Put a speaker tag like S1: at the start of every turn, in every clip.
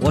S1: 我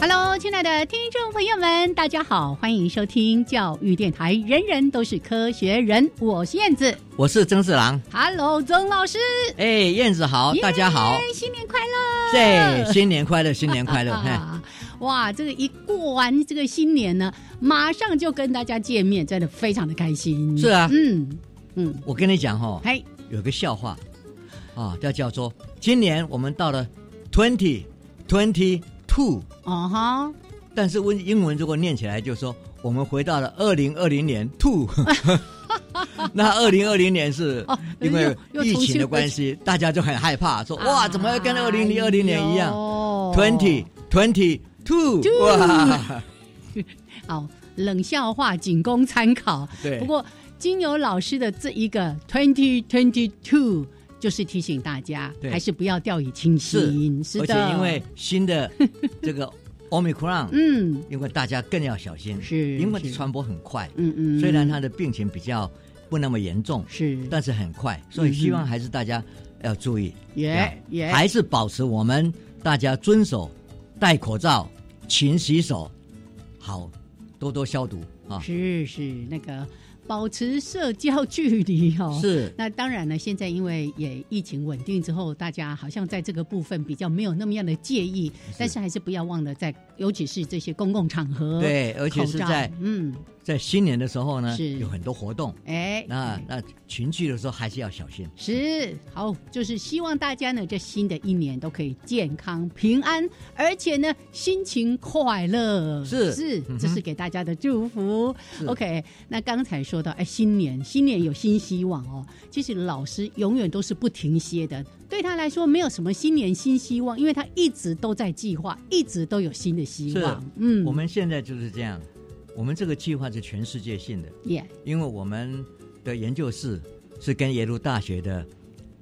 S2: Hello，亲爱的听众朋友们，大家好，欢迎收听教育电台《人人都是科学人》，我是燕子。
S1: 我是曾志郎。
S2: Hello，曾老师，
S1: 哎，燕子好，大家好。
S2: 耶新年快乐！
S1: 对，新年快乐，新年 快乐！嘿，
S2: 啊！哇，这个一过完这个新年呢，马上就跟大家见面，真的非常的开心。
S1: 是啊
S2: 嗯嗯，
S1: 我跟你讲哈、哦，
S2: 嘿，
S1: 有个笑话啊，叫叫做今年我们到了 twenty twenty two，
S2: 哦哈，
S1: 但是问英文如果念起来就说我们回到了二零二零年 two。那二零二零年是
S2: 哦
S1: 因为
S2: 又又
S1: 疫
S2: 重新啊
S1: 情的关系，大家就很害怕，说哇，怎么会跟二零零二零年一样？twenty twenty two，
S2: 哎 Two
S1: 哇，
S2: 哦，冷笑话仅供参考。
S1: 对
S2: 不过金牛老师的这一个 twenty twenty two 就是提醒大家，
S1: 对
S2: 还是不要掉以轻心。是
S1: 而且
S2: 的，
S1: 因为新的这个 omicron，
S2: 嗯
S1: 因为大家更要小心，
S2: 是
S1: 因为
S2: 是
S1: 传播很快，
S2: 嗯嗯，
S1: 虽然他的病情比较不那么严重，
S2: 是
S1: 但是很快，
S2: 嗯
S1: 所以希望还是大家要注意，
S2: 也也
S1: 还是保持我们大家遵守戴口罩、勤洗手，好，多多消毒啊。
S2: 是是那个保持社交距离哦。。
S1: 是，
S2: 那当然呢，现在因为也疫情稳定之后，大家好像在这个部分比较没有那么样的介意，但是还是不要忘了在，尤其是这些公共场合，
S1: 对，而且
S2: 口
S1: 是
S2: 罩
S1: 在
S2: 嗯，
S1: 在新年的时候呢，
S2: 是
S1: 有很多活动，
S2: 哎，
S1: 那那群聚的时候还是要小心。
S2: 是好，就是希望大家呢，这新的一年都可以健康平安，而且呢，心情快乐。
S1: 是
S2: 是
S1: 嗯哼，
S2: 这是给大家的祝福
S1: 是。
S2: OK，那刚才说到，哎，新年，新年有新希望哦。其实老师永远都是不停歇的，对他来说没有什么新年新希望，因为他一直都在计划，一直都有新的希望
S1: 是。
S2: 嗯，
S1: 我们现在就是这样，我们这个计划是全世界性的，
S2: 也
S1: 因为我们的研究室是跟耶鲁大学的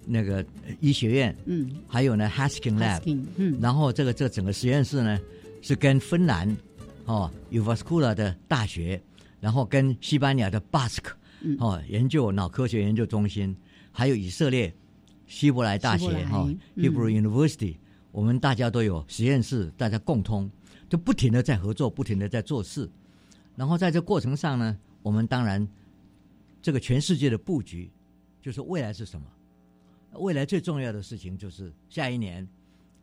S1: 那个呃医学院，
S2: 嗯
S1: 还有呢 Haskin Lab，
S2: ，asking，嗯
S1: 然后这个这整个实验室呢是跟芬兰哦 u v a s c u l a 的大学，然后跟西班牙的 Basque
S2: 嗯
S1: 哦研究脑科学研究中心，还有以色列希伯来大学
S2: 希伯来
S1: 哈、哦
S2: 嗯
S1: Hebrew University，我们大家都有实验室，大家共通，就不停的在合作，不停的在做事。然后在这过程上呢，我们当然这个全世界的布局，就是未来是什么？未来最重要的事情就是下一年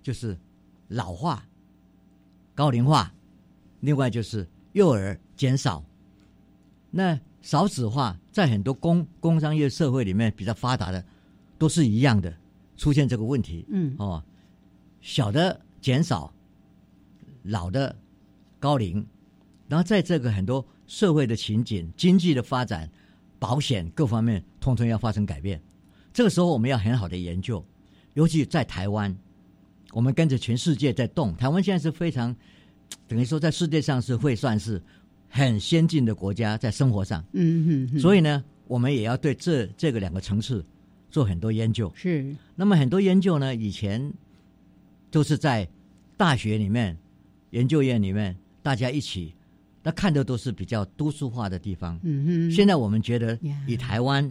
S1: 就是老化、高龄化，另外就是幼儿减少。那少子化在很多工工商业社会里面比较发达的，都是一样的出现这个问题。
S2: 嗯
S1: 哦，小的减少，老的高龄，然后在这个很多社会的情景、经济的发展、保险各方面，通通要发生改变。这个时候，我们要很好的研究，尤其在台湾，我们跟着全世界在动。台湾现在是非常，等于说在世界上是会算是很先进的国家，在生活上。
S2: 嗯嗯，以
S1: 所以呢，我们也要对这这个两个层次做很多研究。
S2: 是
S1: 那么很多研究呢，以前都是在大学里面、研究院里面大家一起，那看的都是比较都市化的地方。
S2: 嗯
S1: 现在我们觉得
S2: 呀，
S1: 以台湾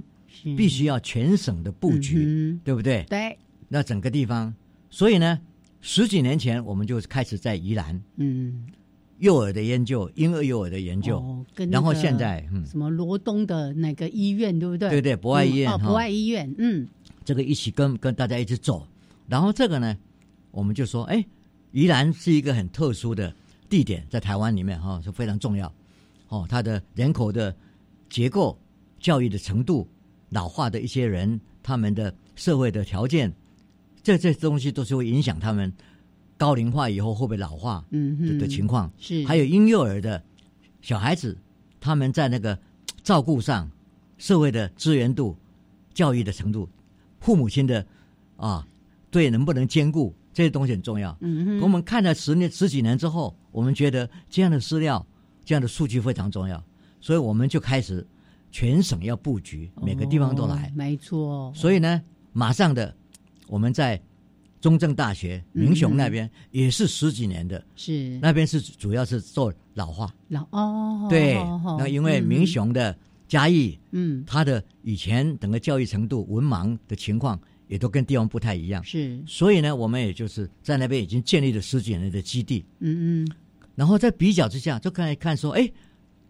S2: 哼，
S1: 必须要全省的布局，
S2: 嗯
S1: 对不对
S2: 哼，？对，
S1: 那整个地方，所以呢，十几年前我们就开始在宜兰
S2: 嗯。
S1: 幼儿的研究、婴儿幼儿的研究，
S2: 哦、跟
S1: 然后
S2: 那个
S1: 现在嗯
S2: 什么罗东的那个医院，对不对？
S1: 对对博爱医院
S2: 嗯哦，
S1: 哈
S2: 博爱医院，嗯，
S1: 这个一起跟跟大家一起走。然后这个呢，我们就说，哎，宜兰是一个很特殊的地点，在台湾里面哈、是非常重要。哦，它的人口的结构、教育的程度、老化的一些人，他们的社会的条件，这这东西都是会影响他们高龄化以后会不会老化
S2: 嗯
S1: 的
S2: 哼，
S1: 的情况。
S2: 是
S1: 还有婴幼儿的小孩子，他们在那个照顾上、社会的资源度、教育的程度、父母亲的啊，对能不能兼顾这些东西很重要。
S2: 嗯哼，
S1: 我们看了十年、十几年之后，我们觉得这样的资料、这样的数据非常重要，所以我们就开始全省要布局，每个地方都来
S2: 哦。没错，
S1: 所以呢，马上的我们在中正大学、明雄那
S2: 嗯
S1: 边也是十几年的，
S2: 是
S1: 那边是主要是做老化。
S2: 老哦，
S1: 对
S2: 哦，哦
S1: 那因为明雄的嘉义，
S2: 嗯
S1: 它的以前整个教育程度、文盲的情况也都跟地方不太一样
S2: 嗯，是
S1: 所以呢，我们也就是在那边已经建立了十几年的基地，
S2: 嗯嗯
S1: 然后在比较之下，就看一看说，哎，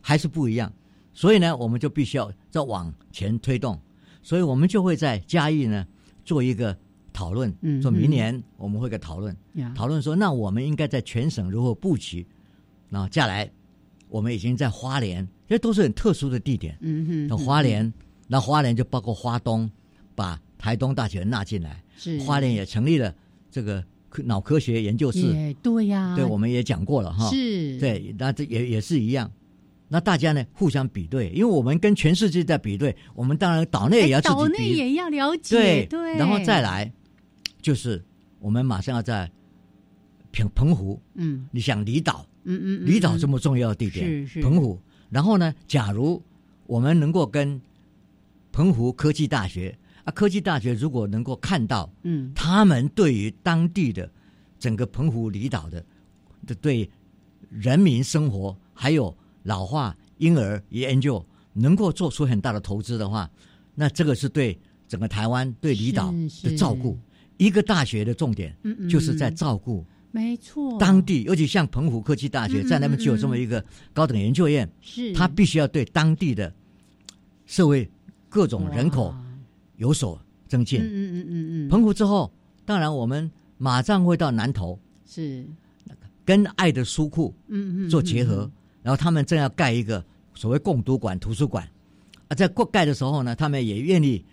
S1: 还是不一样。所以呢，我们就必须要再往前推动。所以我们就会在嘉义呢做一个讨论，
S2: 嗯
S1: 说明年我们会有个讨论，
S2: 呀
S1: 讨论说，那我们应该在全省如何布局？那接下来我们已经在花莲，这都是很特殊的地点。
S2: 嗯
S1: 那
S2: 哼，
S1: 花莲，那花莲就包括花东，把台东大学纳进来，
S2: 是
S1: 花莲也成立了这个科脑科学研究室。
S2: 也对呀，
S1: 对，我们也讲过了哈。
S2: 是，
S1: 对，那这也也是一样。那大家呢互相比对，因为我们跟全世界在比对，我们当然岛内也要
S2: 哎
S1: 自己
S2: 岛内
S1: 比，
S2: 也要了解，
S1: 对
S2: 对，
S1: 然后再来就是我们马上要在澎澎湖，
S2: 嗯
S1: 你想离岛，
S2: 嗯嗯，嗯
S1: 离岛
S2: 嗯
S1: 这么重要的地点，
S2: 是是
S1: 澎湖。然后呢，假如我们能够跟澎湖科技大学啊，科技大学如果能够看到
S2: 嗯
S1: 他们对于当地的整个澎湖离岛的的对人民生活还有老化婴儿研究能够做出很大的投资的话，那这个是对整个台湾对离岛
S2: 是
S1: 的
S2: 是
S1: 照顾。一个大学的重点
S2: 嗯嗯，
S1: 就是在
S2: 嗯
S1: 照顾
S2: 没错，
S1: 当地，尤其像澎湖科技大学
S2: 嗯嗯嗯
S1: 在那边就有这么一个高等研究院，
S2: 是
S1: 它必须要对当地的社会各种人口
S2: 哇
S1: 有所增
S2: 嗯
S1: 进。
S2: 嗯嗯嗯嗯，
S1: 澎湖之后，当然我们马上会到南投，
S2: 是
S1: 跟爱的书库
S2: 嗯嗯
S1: 做结合，
S2: 嗯
S1: 然后他们正要盖一个所谓共读馆、图书馆啊，在过盖的时候呢，他们也愿意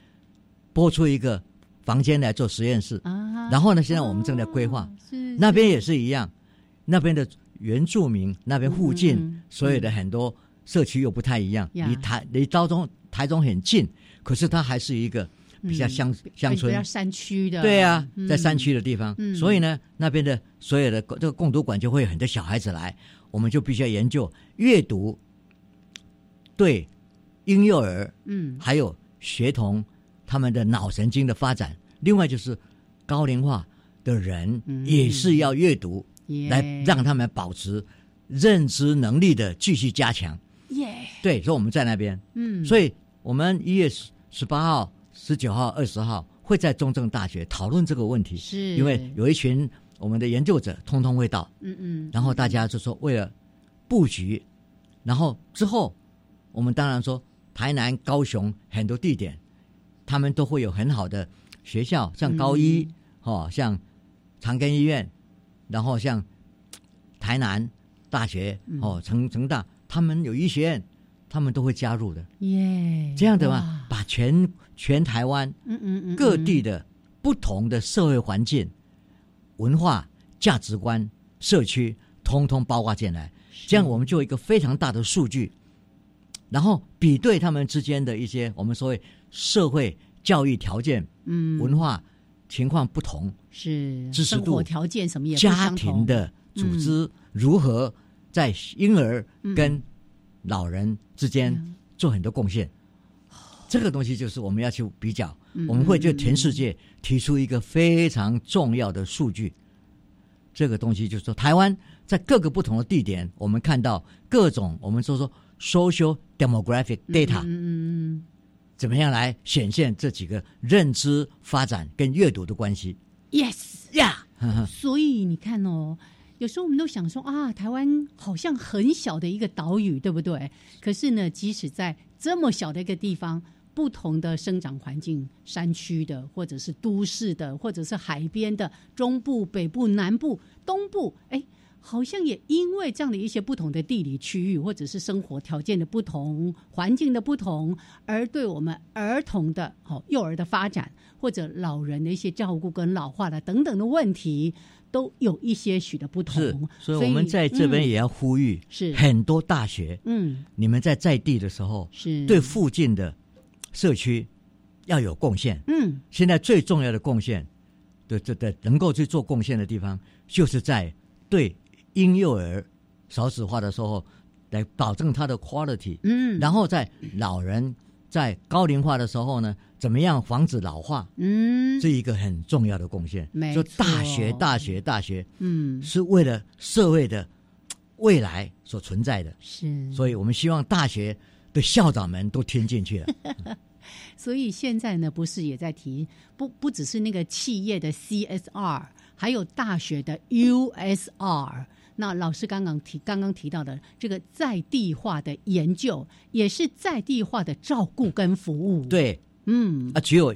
S1: 拨出一个房间来做实验室。
S2: 嗯啊，
S1: 然后呢，现在我们正在规划，
S2: 啊是
S1: 那边
S2: 是
S1: 也是一样，那边的原住民那边附近、
S2: 嗯嗯嗯
S1: 所有的很多社区又不太一样，
S2: 呀
S1: 离台离高中台中很近，可是它还是一个比较
S2: 嗯
S1: 乡、乡
S2: 哎不
S1: 村
S2: 要，山区的，
S1: 对啊，在山
S2: 嗯
S1: 区的地方，
S2: 嗯
S1: 所以呢，那边的所有的这个共读馆就会有很多小孩子来，我们就必须要研究阅读对婴幼儿
S2: 嗯
S1: 还有学童他们的脑神经的发展，另外就是高龄化的人
S2: 嗯
S1: 也是要阅读，
S2: 耶
S1: 来让他们保持认知能力的继续加强。
S2: 耶
S1: 对，所以我们在那边，
S2: 嗯，
S1: 所
S2: 以
S1: 以我们一月十十八号、十九号、二十号会在中正大学讨论这个问题，
S2: 是
S1: 因为有一群我们的研究者通通会到，
S2: 嗯嗯，
S1: 然后大家就说为了布局，然后之后我们当然说台南、高雄很多地点，他们都会有很好的学校，像高一、
S2: 嗯
S1: 哦，像长庚医院，然后像台南大学
S2: 嗯
S1: 哦，成成大，他们有医学院，他们都会加入的。
S2: 耶
S1: 这样的嘛
S2: 哎哇，
S1: 把全全台湾
S2: 嗯嗯嗯，
S1: 各
S2: 嗯
S1: 地的不同的社会环境、文化、价值观、社区，通通包括进来。这样我们就有一个非常大的数据，然后比对他们之间的一些我们所谓社会教育条件、
S2: 嗯
S1: 文化情况不同，
S2: 是
S1: 支持
S2: 生
S1: 度
S2: 活条件什么也不
S1: 家
S2: 相
S1: 庭
S2: 同嗯
S1: 的组织如何在婴儿跟老人之间
S2: 嗯
S1: 做很多贡献。这个东西就是我们要去比较，
S2: 嗯
S1: 我们会对全世界提出一个非常重要的数据。这个东西就是说，台湾在各个不同的地点，我们看到各种我们说说 social demographic data，、
S2: 嗯嗯
S1: 怎么样来显现这几个认知发展跟阅读的关系
S2: 嗯，yes。
S1: 呀
S2: 所以你看哦，有时候我们都想说啊，台湾好像很小的一个岛屿，对不对？可是呢，即使在这么小的一个地方，不同的生长环境，山区的，或者是都市的，或者是海边的，中部、北部、南部、东部，哎，好像也因为这样的一些不同的地理区域，或者是生活条件的不同、环境的不同，而对我们儿童的、好、幼儿的发展，或者老人的一些照顾跟老化的等等的问题，都有一些许的不
S1: 是
S2: 同。，
S1: 所以我们在这边
S2: 嗯
S1: 也要呼吁，
S2: 是
S1: 很多大学，
S2: 嗯
S1: 你们在在地的时候，
S2: 是
S1: 对附近的社区要有贡献。
S2: 嗯
S1: 现在最重要的贡献，对对对，能够去做贡献的地方，就是在对婴幼儿少子化的时候，来保证他的 quality，
S2: 嗯，
S1: 然后在老人在高龄化的时候呢，怎么样防止老化，
S2: 嗯
S1: 是一个很重要的贡献。
S2: 没
S1: 就大学，
S2: 错
S1: 大学，大学
S2: 嗯
S1: 是为了社会的未来所存在的，
S2: 是，
S1: 所以我们希望大学的校长们都听 进去了。
S2: 所以现在呢，不是也在提，不不只是那个企业的 CSR，还有大学的 USR。那老师刚刚提刚刚提到的这个在地化的研究，也是在地化的照顾跟服务。，
S1: 对
S2: 嗯
S1: 啊，只有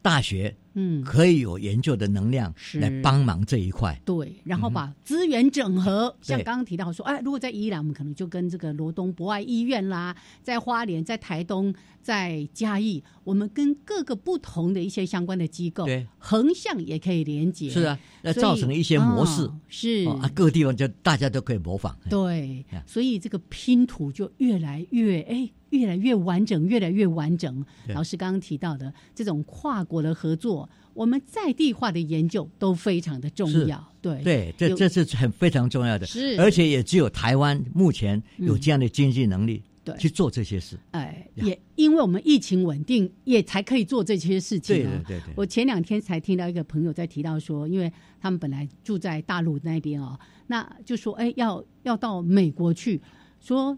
S1: 大学
S2: 嗯，
S1: 可以有研究的能量
S2: 是
S1: 来帮忙这一块。
S2: 对，然后把资源整合，
S1: 嗯对
S2: 像刚刚提到说，哎，如果在宜兰，我们可能就跟这个罗东博爱医院啦，在花莲、在台东、在嘉义，我们跟各个不同的一些相关的机构
S1: 对，
S2: 横向也可以连接。
S1: 是啊，那
S2: 所以，
S1: 造成一些模式
S2: 哦是、
S1: 哦啊，各地方就大家都可以模仿。
S2: 对
S1: 哎，
S2: 所以这个拼图就越来越哎，越来越完整，越来越完整。
S1: 对
S2: 老师刚刚提到的这种跨国的合作，我们在地化的研究都非常的重
S1: 是
S2: 要。对，
S1: 对，这
S2: 哎有
S1: 这是很非常重要的，
S2: 是，
S1: 而且也只有台湾目前有
S2: 嗯
S1: 这样的经济能力
S2: 对
S1: 去做这些事。
S2: 哎，
S1: 呀
S2: 也因为我们疫情稳定，也才可以做这些事情、啊。
S1: 对对对对，
S2: 我前两天才听到一个朋友在提到说，因为他们本来住在大陆那边哦，那就说哎要要到美国去，说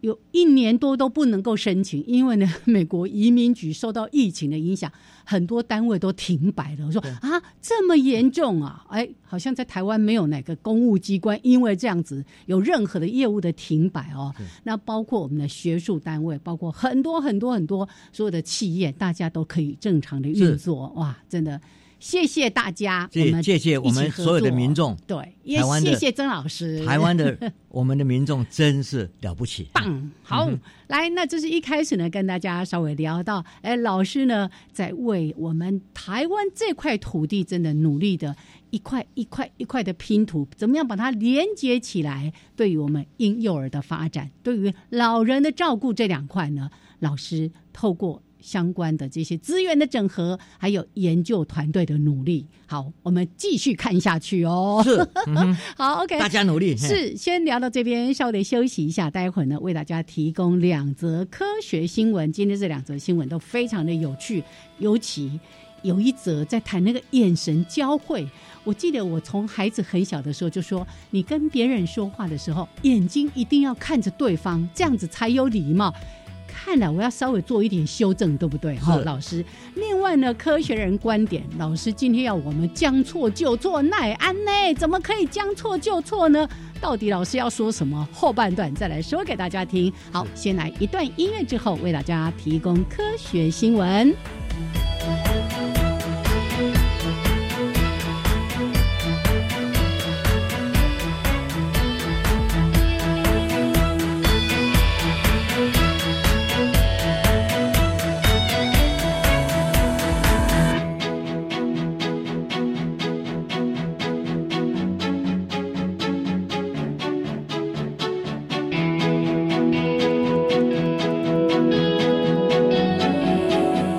S2: 有一年多都不能够申请，因为呢美国移民局受到疫情的影响，很多单位都停摆了。我说啊这么严重啊，哎好像在台湾没有哪个公务机关因为这样子有任何的业务的停摆哦
S1: 对。
S2: 那包括我们的学术单位，包括很多很多很多所有的企业，大家都可以正常的运
S1: 是
S2: 作。哇，真的谢谢大家，我
S1: 谢
S2: 们
S1: 谢谢我
S2: 一
S1: 们
S2: 起合
S1: 所有的
S2: 作
S1: 民众，
S2: 对，也
S1: 台湾的
S2: 谢谢曾老师，
S1: 台 湾的我们的民众真是了不起。
S2: 棒。好，来，那这是一开始呢，跟大家稍微聊到，哎，老师呢在为我们台湾这块土地真的努力的一块一块一块的拼图，怎么样把它连接起来？对于我们婴幼儿的发展，对于老人的照顾这两块呢，老师透过。相关的这些资源的整合，还有研究团队的努力，好，我们继续看下去哦。
S1: 是，嗯哼
S2: 好，OK，
S1: 大家努力。嘿
S2: 是，先聊到这边，稍微休息一下，待会儿呢为大家提供两则科学新闻。今天这两则新闻都非常的有趣，尤其有一则在谈那个眼神交汇。我记得我从孩子很小的时候就说，你跟别人说话的时候，眼睛一定要看着对方，这样子才有礼貌。看来我要稍微做一点修正，对不对？哈、老师。另外呢，科学人观点，老师今天要我们将错就错，奈安呢？怎么可以将错就错呢？到底老师要说什么？后半段再来说给大家听。好，先来一段音乐，之后为大家提供科学新闻。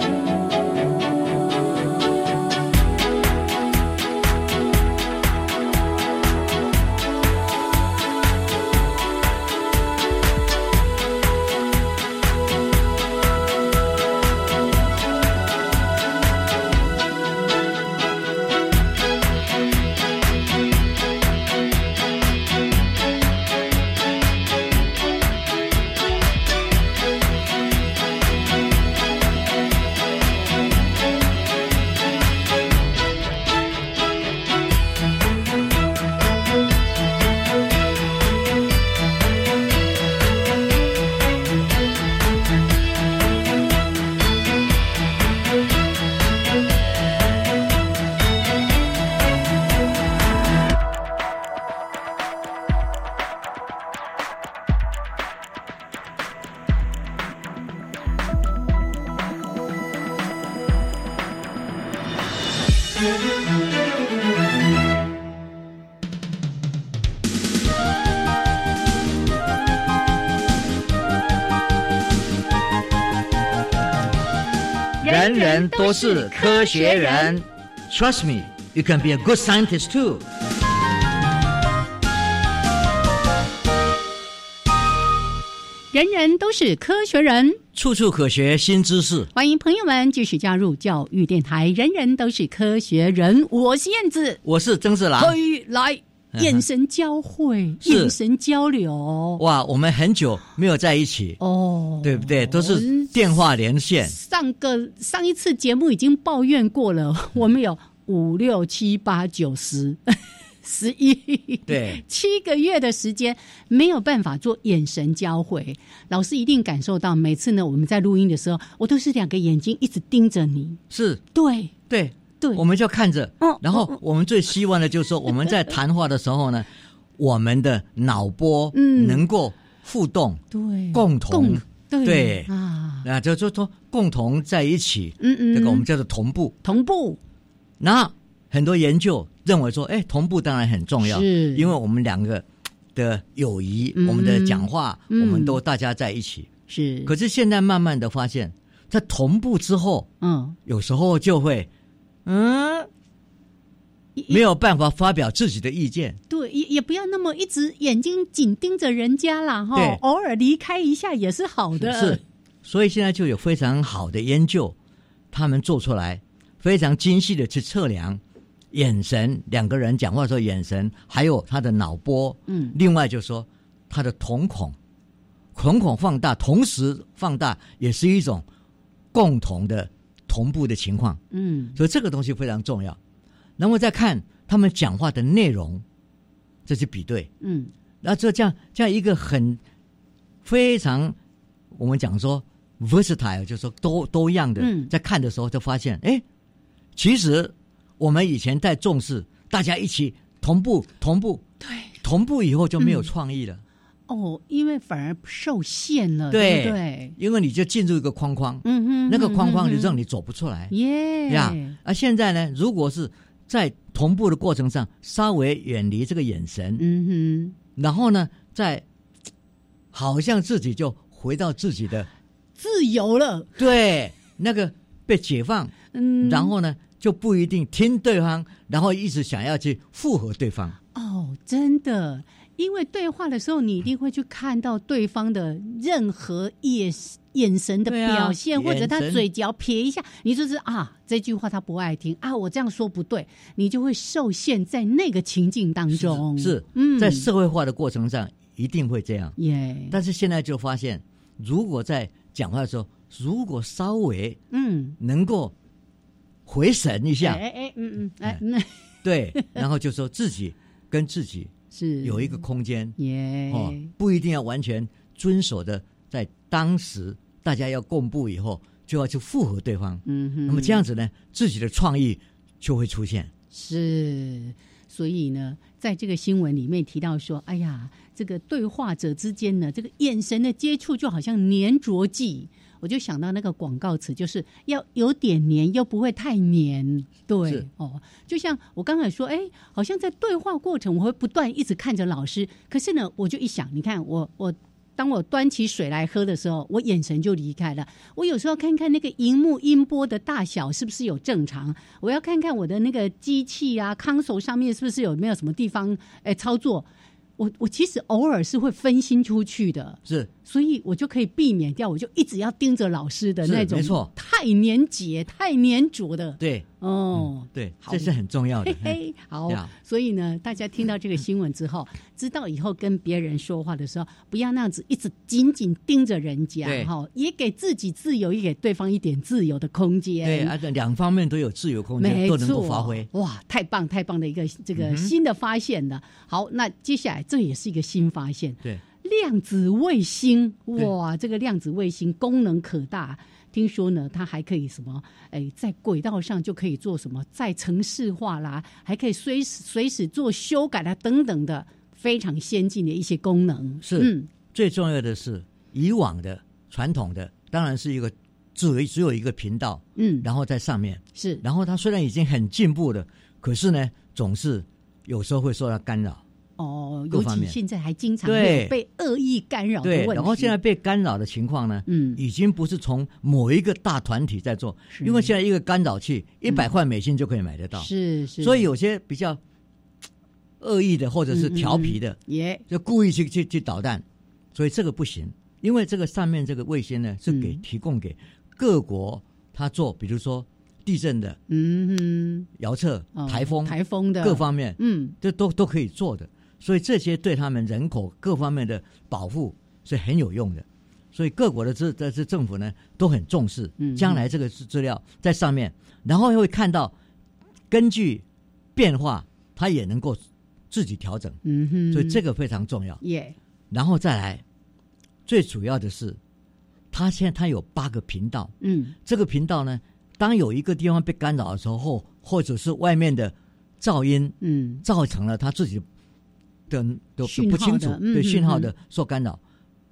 S3: thank
S1: 人人都是科学人。Trust me, you can be a good scientist too.
S2: 人人都是科学人。
S1: 处处可学新知识。
S2: 欢迎朋友们继续加入教育电台，人人都是科学人。我是燕子，
S1: 我是曾志郎。
S2: 嘿，来
S1: 嗯哼
S2: 眼神交汇，
S1: 啊嗯是
S2: 眼神交流。
S1: 哇，我们很久没有在一起，
S2: 哦，
S1: 对不对？都
S2: 我
S1: 是
S2: 们
S1: 电话连线。
S2: 上个上一次节目已经抱怨过
S1: 嗯
S2: 了，我们有五六七八九十 十一。
S1: 对，
S2: 七个月的时间没有办法做眼神交汇，老师一定感受到。每次呢，我们在录音的时候，我都是两个眼睛一直盯着你。
S1: 是，
S2: 对
S1: 对，
S2: 对，
S1: 我们就看着
S2: 嗯，
S1: 然后我们最希望的就是说，我们在谈话的时候呢，我们的脑波
S2: 嗯
S1: 能够互动，
S2: 对
S1: 共同
S2: 共对
S1: 对
S2: 啊，
S1: 啊，就就说共同在一起，
S2: 嗯嗯，
S1: 这个我们叫做同步。
S2: 同步
S1: 那很多研究认为说，哎，同步当然很重要，
S2: 是
S1: 因为我们两个的友谊，
S2: 嗯
S1: 我们的讲话，
S2: 嗯
S1: 我们都大家在一起。
S2: 是
S1: 可是现在慢慢的发现，在同步之后，
S2: 嗯
S1: 有时候就会
S2: 嗯，
S1: 没有办法发表自己的意见。
S2: 对，也也不要那么一直眼睛紧盯着人家啦哈
S1: 对，
S2: 偶尔离开一下也是好的。
S1: 是，所以现在就有非常好的研究，他们做出来非常精细的去测量眼神，两个人讲话的时候眼神，还有他的脑波，
S2: 嗯
S1: 另外就说他的瞳孔，瞳孔放大，同时放大也是一种共同的同步的情况，
S2: 嗯
S1: 所以这个东西非常重要。然后再看他们讲话的内容，这是比对，
S2: 嗯
S1: 那这这样这样一个很非常，我们讲说 versatile，就是说多多样的，
S2: 嗯
S1: 在看的时候就发现，哎，其实我们以前太重视大家一起同步同步，对，同步以后就
S2: 嗯
S1: 没有创意了，
S2: 哦，因为反而受限了，
S1: 对
S2: 对不对？
S1: 因为你就进入一个框框，
S2: 嗯哼，
S1: 那个框框就让
S2: 你
S1: 你走不出来
S2: 耶
S1: 呀。而现在呢，如果是在同步的过程上稍微远离这个眼神，
S2: 嗯哼，
S1: 然后呢，在好像自己就回到自己的。
S2: 自由了，
S1: 对，那个被解放，
S2: 嗯，
S1: 然后呢就不一定听对方，然后一直想要去附和对方。
S2: 哦，真的，因为对话的时候，你一定会去看到对方的任何眼眼神的
S1: 对啊
S2: 表现，或者他
S1: 眼神
S2: 嘴角撇一下，你就是啊，这句话他不爱听啊，我这样说不对，你就会受限在那个情境当中。
S1: 是，
S2: 嗯，
S1: 在社会化的过程上一定会这样。
S2: 耶，
S1: 但是现在就发现，如果在讲话的时候，如果稍微
S2: 嗯，
S1: 能够回神一
S2: 哎
S1: 下，
S2: 哎哎，嗯嗯，哎，那
S1: 对，然后就说自己跟自己
S2: 是
S1: 有一个 空间，
S2: 耶，
S1: 哦，不一定要完全遵守的，在当时大家要共布以后，就要去附和对方。
S2: 嗯哼，
S1: 那么这样子呢，自己的创意就会出现。
S2: 是，所以呢，在这个新闻里面提到说，哎呀，这个对话者之间呢，这个眼神的接触就好像粘着剂。我就想到那个广告词，就是要有点黏，又不会太黏。对
S1: 是，
S2: 哦，就像我刚才说，哎，好像在对话过程，我会不断一直看着老师，可是呢，我就一想，你看我我。当我端起水来喝的时候，我眼神就离开了。我有时候看看那个荧幕音波的大小是不是有正常，我要看看我的那个机器啊，console 上面是不是有没有什么地方哎操作。我我其实偶尔是会分心出去的，
S1: 是
S2: 所以我就可以避免掉，我就一直要盯着老师的
S1: 是
S2: 那种，
S1: 没错
S2: 太粘结、太粘着的
S1: 对
S2: 哦。
S1: 对，
S2: 好
S1: 这是很重要的嗯
S2: 嘿。嘿，好
S1: 呀，嗯
S2: 所以呢，大家听到这个新闻之后，知道以后跟别人说话的时候，不要那样子一直紧紧盯着人家
S1: 对
S2: 哈，也给自己自由，也给对方一点自由的空间。
S1: 对，而且两方面都有自由空间，
S2: 哎没错，
S1: 都能够发挥。嗯
S2: 哇，太棒太棒的一个这个新的发现了。好，那接下来这也是一个新发现，
S1: 对，
S2: 量子卫星
S1: 对
S2: 哇，这个量子卫星功能可大。听说呢，它还可以什么？哎，在轨道上就可以做什么？再城市化啦，还可以随时随时做修改啦，等等的，非常先进的一些功能。
S1: 是
S2: 嗯，
S1: 最重要的是，以往的传统的当然是一个只有只有一个频道，
S2: 嗯，
S1: 然后在上面，
S2: 是
S1: 然后它虽然已经很进步了，可是呢，总是有时候会受到干扰。
S2: 哦，
S1: 各
S2: 尤
S1: 方
S2: 其
S1: 面
S2: 现在还经常
S1: 对
S2: 会有被恶意干扰的
S1: 对，
S2: 问题。
S1: 然后现在，被干扰的情况呢，
S2: 嗯，
S1: 已经不是从某一个大团体在做，
S2: 是嗯
S1: 因为现在一个干扰器一百块美金就可以买得到，
S2: 是是，
S1: 所以有些比较嘖恶意的或者是
S2: 嗯嗯
S1: 调皮的，
S2: 也
S1: 就故意去去去捣蛋，所以这个不行，因为这个上面这个卫星呢是给
S2: 嗯
S1: 提供给各国他做，比如说地震的、
S2: 嗯
S1: 遥测
S2: 哼，哦、、
S1: 台风、
S2: 台风的
S1: 各，方面，
S2: 嗯，
S1: 这都都可以做的，所以这些对他们人口各方面的保护是很有用的。所以各国的这这这政府呢都很重视
S2: 嗯，
S1: 将来这个资资料在上面，然后会看到根据变化，它也能够自己调整，
S2: 嗯哼，
S1: 所以这个非常重要。
S2: 也
S1: 然后再来，最主要的是，它现在它有八个频道，
S2: 嗯
S1: 这个频道呢，当有一个地方被干扰的时候，或或者是外面的噪音
S2: 嗯
S1: 造成了他自己的都
S2: 讯
S1: 不
S2: 号
S1: 清楚
S2: 的嗯
S1: 对
S2: 嗯
S1: 讯号
S2: 嗯
S1: 的受干扰，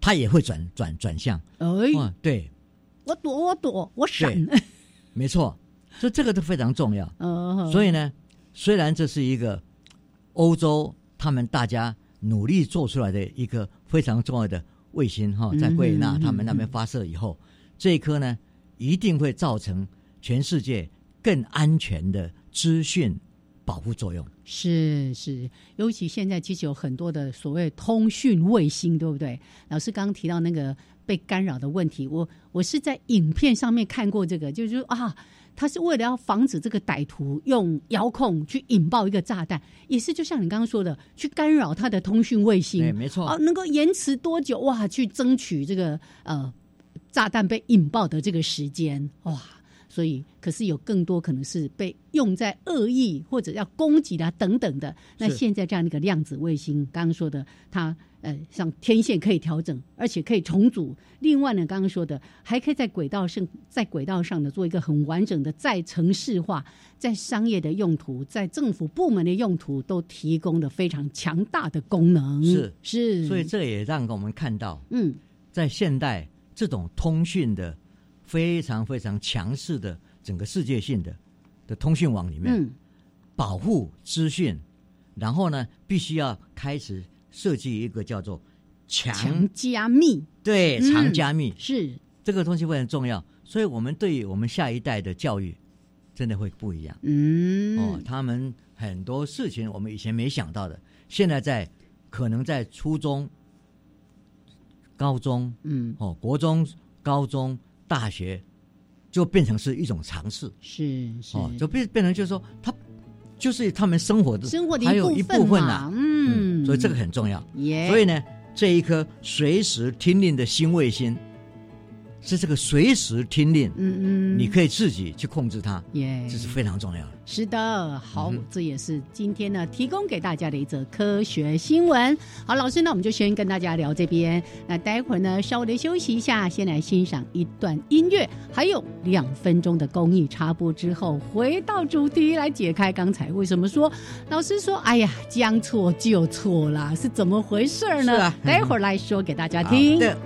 S1: 他也会转转转向。
S2: 哎、
S1: 嗯，对，
S2: 我躲我躲我闪，
S1: 没错，所以这个都非常重要。
S2: 呃，
S1: 所
S2: 以
S1: 以呢，虽然这是一个欧洲他们大家努力做出来的一个非常重要的卫星哈，
S2: 嗯
S1: 在圭也
S2: 嗯
S1: 纳
S2: 嗯
S1: 他们那边发射以后，这一颗呢一定会造成全世界更安全的资讯保护作用。
S2: 是是，尤其现在其实有很多的所谓通讯卫星，对不对？老师刚刚提到那个被干扰的问题，我我是在影片上面看过这个，就是说啊，他是为了要防止这个歹徒用遥控去引爆一个炸弹，也是就像你刚刚说的，去干扰他的通讯卫
S1: 对，
S2: 星，
S1: 没错。
S2: 啊，能够延迟多久哇？去争取这个呃炸弹被引爆的这个时间哇！所以，可是有更多可能是被用在恶意或者要攻击的、啊、等等的。那
S1: 是
S2: 现在这样的一个量子卫星，刚刚说的，它呃像天线可以调整，而且可以重组。另外呢，刚刚说的还可以在轨道上，在轨道上呢做一个很完整的再城市化，在商业的用途，在政府部门的用途都提供了非常强大的功能。
S1: 是
S2: 是，
S1: 所以这也让我们看到，
S2: 嗯
S1: 在现代这种通讯的非常非常强势的整个世界性的的通讯网里面，
S2: 嗯
S1: 保护资讯，然后呢，必须要开始设计一个叫做强
S2: 强加密
S1: 对
S2: 嗯
S1: 强加密、
S2: 是
S1: 这个东西会很重要，所以我们对于我们下一代的教育真的会不一样、
S2: 嗯
S1: 哦。他们很多事情我们以前没想到的，现在在可能在初中、高中
S2: 嗯
S1: 哦，国中、高中、大学就变成是一种尝试
S2: 是是、
S1: 哦，就变变成就是说，他就是他们生活的
S2: 生活的
S1: 还有一
S2: 部
S1: 部分
S2: 嘛
S1: 呐、
S2: 嗯哎
S1: 所以这个很重要。
S2: 耶，
S1: 所以呢，这一颗随时听令的新卫星，是这个随时听令，
S2: 嗯嗯，哎
S1: 你可以自己去控制它，
S2: 耶
S1: 这是非常重要的。
S2: 是的，好，
S1: 嗯哼
S2: 这也是今天呢提供给大家的一则科学新闻。好，老师，那我们就先跟大家聊这边。那待会儿呢，稍微的休息一下，先来欣赏一段音乐，还有两分钟的公益插播之后，回到主题来解开刚才为什么说老师说，哎呀，将错就错啦，是怎么回事儿呢？
S1: 是啊
S2: 待会儿来说给大家
S1: 好
S2: 听。
S1: 的，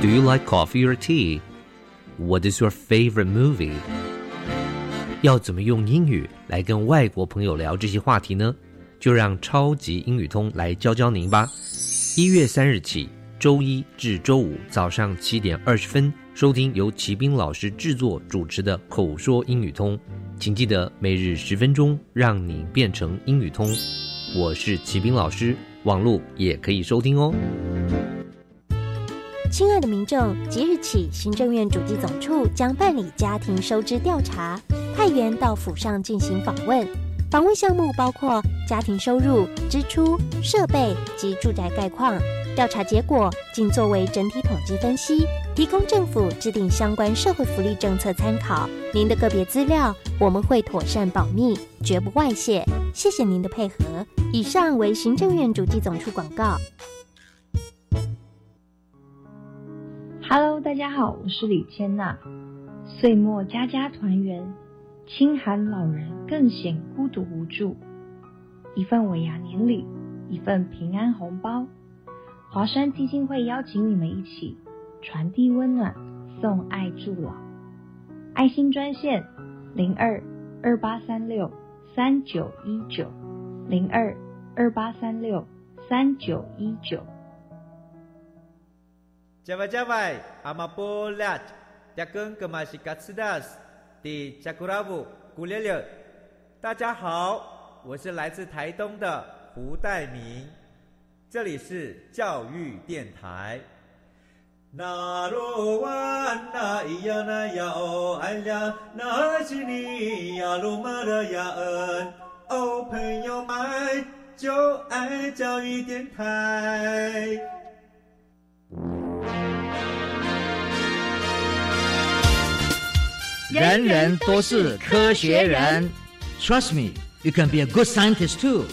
S3: Do you like coffee or tea? What is your favorite movie? 要怎么用英语来跟外国朋友聊这些话题呢？就让超级英语通来教教您吧。一月三日起，周一至周五早上七点二十分收听由齐斌老师制作主持的《口说英语通》，请记得每日十分钟，让你变成英语通。我是齐斌老师，网络也可以收听哦。
S4: 亲爱的民众，即日起，行政院主计总处将办理家庭收支调查，派员到府上进行访问。访问项目包括家庭收入、支出、设备及住宅概况。调查结果仅作为整体统计分析，提供政府制定相关社会福利政策参考。您的个别资料我们会妥善保密，绝不外泄。谢谢您的配合。以上为行政院主计总处广告。
S5: Hello，大家好，我是李千娜。岁末家家团圆，清寒老人更显孤独无助。一份尾牙年礼，一份平安红包。华山基金会邀请你们一起传递温暖，送爱助老。爱心专线零二二八三六三九一九零二二八三六三九一九。
S6: Jawai-jawai, amapolat, tiakeng kemashikatsidas, di chakurabu kulele。大家好，我是来自台东的胡代明，这里是教育电台。那罗哇那咿呀那呀哦哎呀，那是你呀鲁玛的呀恩哦，朋友们就爱教育电台。
S1: 人人都是科学人。Trust me, you can be a good scientist too.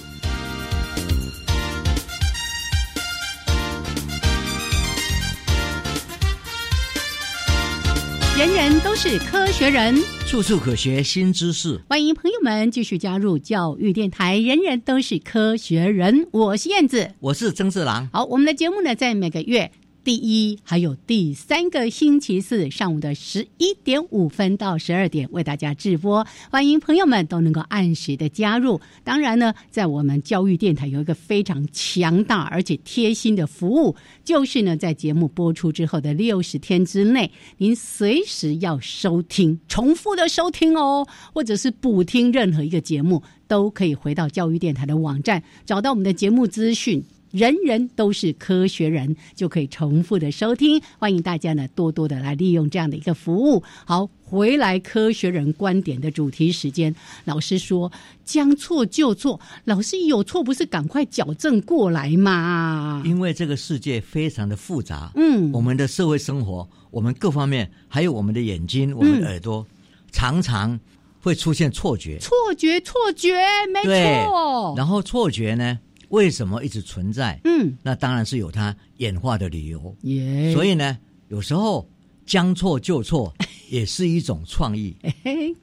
S2: 人人都是科学人。
S1: 处处可学新知识。
S2: 欢迎朋友们继续加入教育电台，人人都是科学人。我是燕子。
S1: 我是曾志郎，
S2: 好，我们的节目呢，在每个月第一还有第三个星期四上午的十一点五分到十二点为大家直播，欢迎朋友们都能够按时的加入。当然呢，在我们教育电台有一个非常强大而且贴心的服务，就是呢，在节目播出之后的六十天之内，您随时要收听，重复的收听哦，或者是补听任何一个节目，都可以回到教育电台的网站，找到我们的节目资讯。人人都是科学人，就可以重复的收听。欢迎大家呢多多的来利用这样的一个服务。好，回来科学人观点的主题时间，老师说将错就错，老师有错不是赶快矫正过来嘛？
S1: 因为这个世界非常的复杂，
S2: 嗯
S1: 我们的社会生活，我们各方面，还有我们的眼睛、我们的耳朵，常常会出现错觉。
S2: 嗯错觉，错觉，没
S1: 对，
S2: 错。
S1: 然后错觉呢，为什么一直存在？
S2: 嗯，
S1: 那当然是有它演化的理由。
S2: 耶，
S1: 所以呢，有时候将错就错 也是一种创意。
S2: 嘿，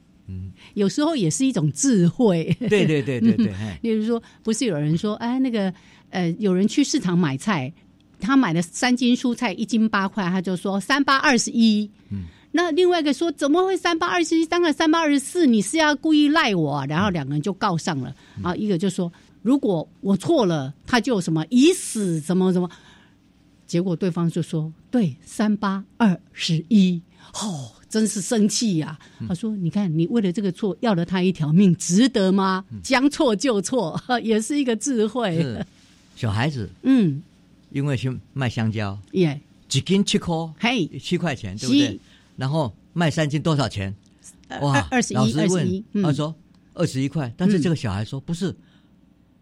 S2: 有时候也是一种智慧。
S1: 对对对对 对，嘿
S2: 例如说，不是有人说，哎，那个呃，有人去市场买菜，他买了三斤蔬菜，一斤八块，他就说三八二十一。嗯，那另外一个说怎么会三八二十一？当然三八二十四，你是要故意赖我、啊？然后两个人就告上了。啊、一个就说如果我错了，他就什么以死什么什么。结果对方就说：“对，三八二十一。”哦，真是生气呀、
S1: 嗯
S2: 他说：“你看，你为了这个错要了他一条命，值得吗？将错就错， 也是一个智慧。
S1: 嗯是小孩子，
S2: 嗯，
S1: 因为去卖香蕉，
S2: 耶，
S1: 几斤七颗，
S2: 嘿，
S1: 七块钱，对不对
S2: 是？
S1: 然后卖三斤多少钱？哇，
S2: 呃二十一
S1: 老师
S2: 二十一
S1: 问，
S2: 嗯
S1: 他说二十一块，但是这个小孩说不是，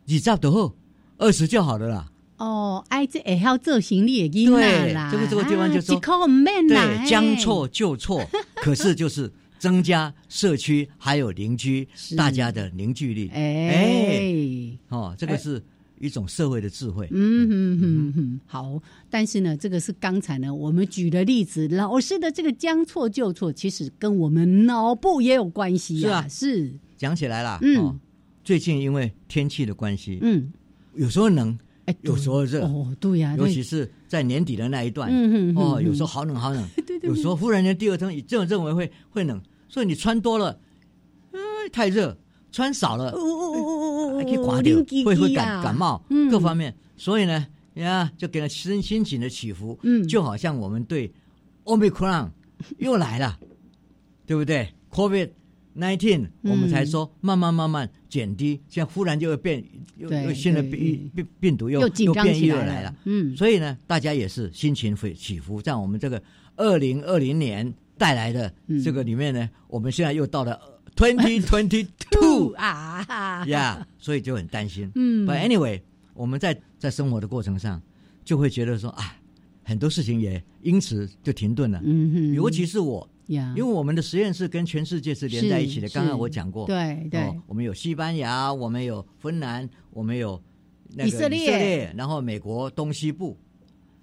S1: 你照得后二十就好了啦。
S2: 哦，哎，这也要做行李也囡仔啦，
S1: 对这个这个地方就说
S2: 啊一口面啦，
S1: 对，
S2: 哎
S1: 将错就错，可是就是增加社区还有邻居
S2: 是
S1: 大家的凝聚力。哎，
S2: 哎。
S1: 哦，这个是一种社会的智慧。
S2: 嗯哼哼哼，好。但是呢，这个是刚才呢我们举的例子，老师的这个将错就错，其实跟我们脑部也有关系
S1: 啊
S2: 呀、是，
S1: 讲起来啦，
S2: 嗯
S1: 哦，最近因为天气的关系，
S2: 嗯，
S1: 有时候冷，
S2: 哎，
S1: 有时候热，
S2: 哦，对呀、
S1: 尤
S2: 那
S1: 其是在年底的那一段，
S2: 嗯嗯嗯
S1: 哦，
S2: 嗯
S1: 有时 候好冷好冷，有时候忽然间第二天你就认为会会冷，所以你穿多了，嗯，太热，穿少了
S2: 呜呜呜呜呜
S1: 还
S2: 呜，
S1: 可以垮掉
S2: 冷叽叽，
S1: 会会
S2: 哦啊
S1: 感感冒，
S2: 嗯
S1: 各方面。所以呢，呀，就给了身心情的起伏，
S2: 嗯
S1: 就好像我们对 Omicron 又来了，对不对？Covid nineteen，
S2: 嗯
S1: 我们才说慢慢慢慢减低，现在忽然就会变，又
S2: 对
S1: 又新的
S2: 对嗯
S1: 病病病毒又
S2: 又紧张
S1: 变异
S2: 起
S1: 又
S2: 来
S1: 来了
S2: 了。，嗯，
S1: 所以呢，大家也是心情会起伏，在我们这个二零二零年带来的
S2: 嗯
S1: 这个里面呢，我们现在又到了 twenty twenty
S2: 吐
S1: two
S2: 啊哈，
S1: 呀，所以就很担心。
S2: 嗯
S1: But anyway，我们在在生活的过程上，就会觉得说啊，很多事情也因此就停顿了。
S2: 嗯哼，
S1: 尤其是我，
S2: 呀，
S1: 因为我们的实验室跟全世界是连在一起的。
S2: 是
S1: 刚刚
S2: 是
S1: 我讲过，
S2: 对对
S1: 哦，我们有西班牙，我们有芬兰，我们有那个
S2: 以
S1: 以
S2: 色列
S1: 然后美国东西部。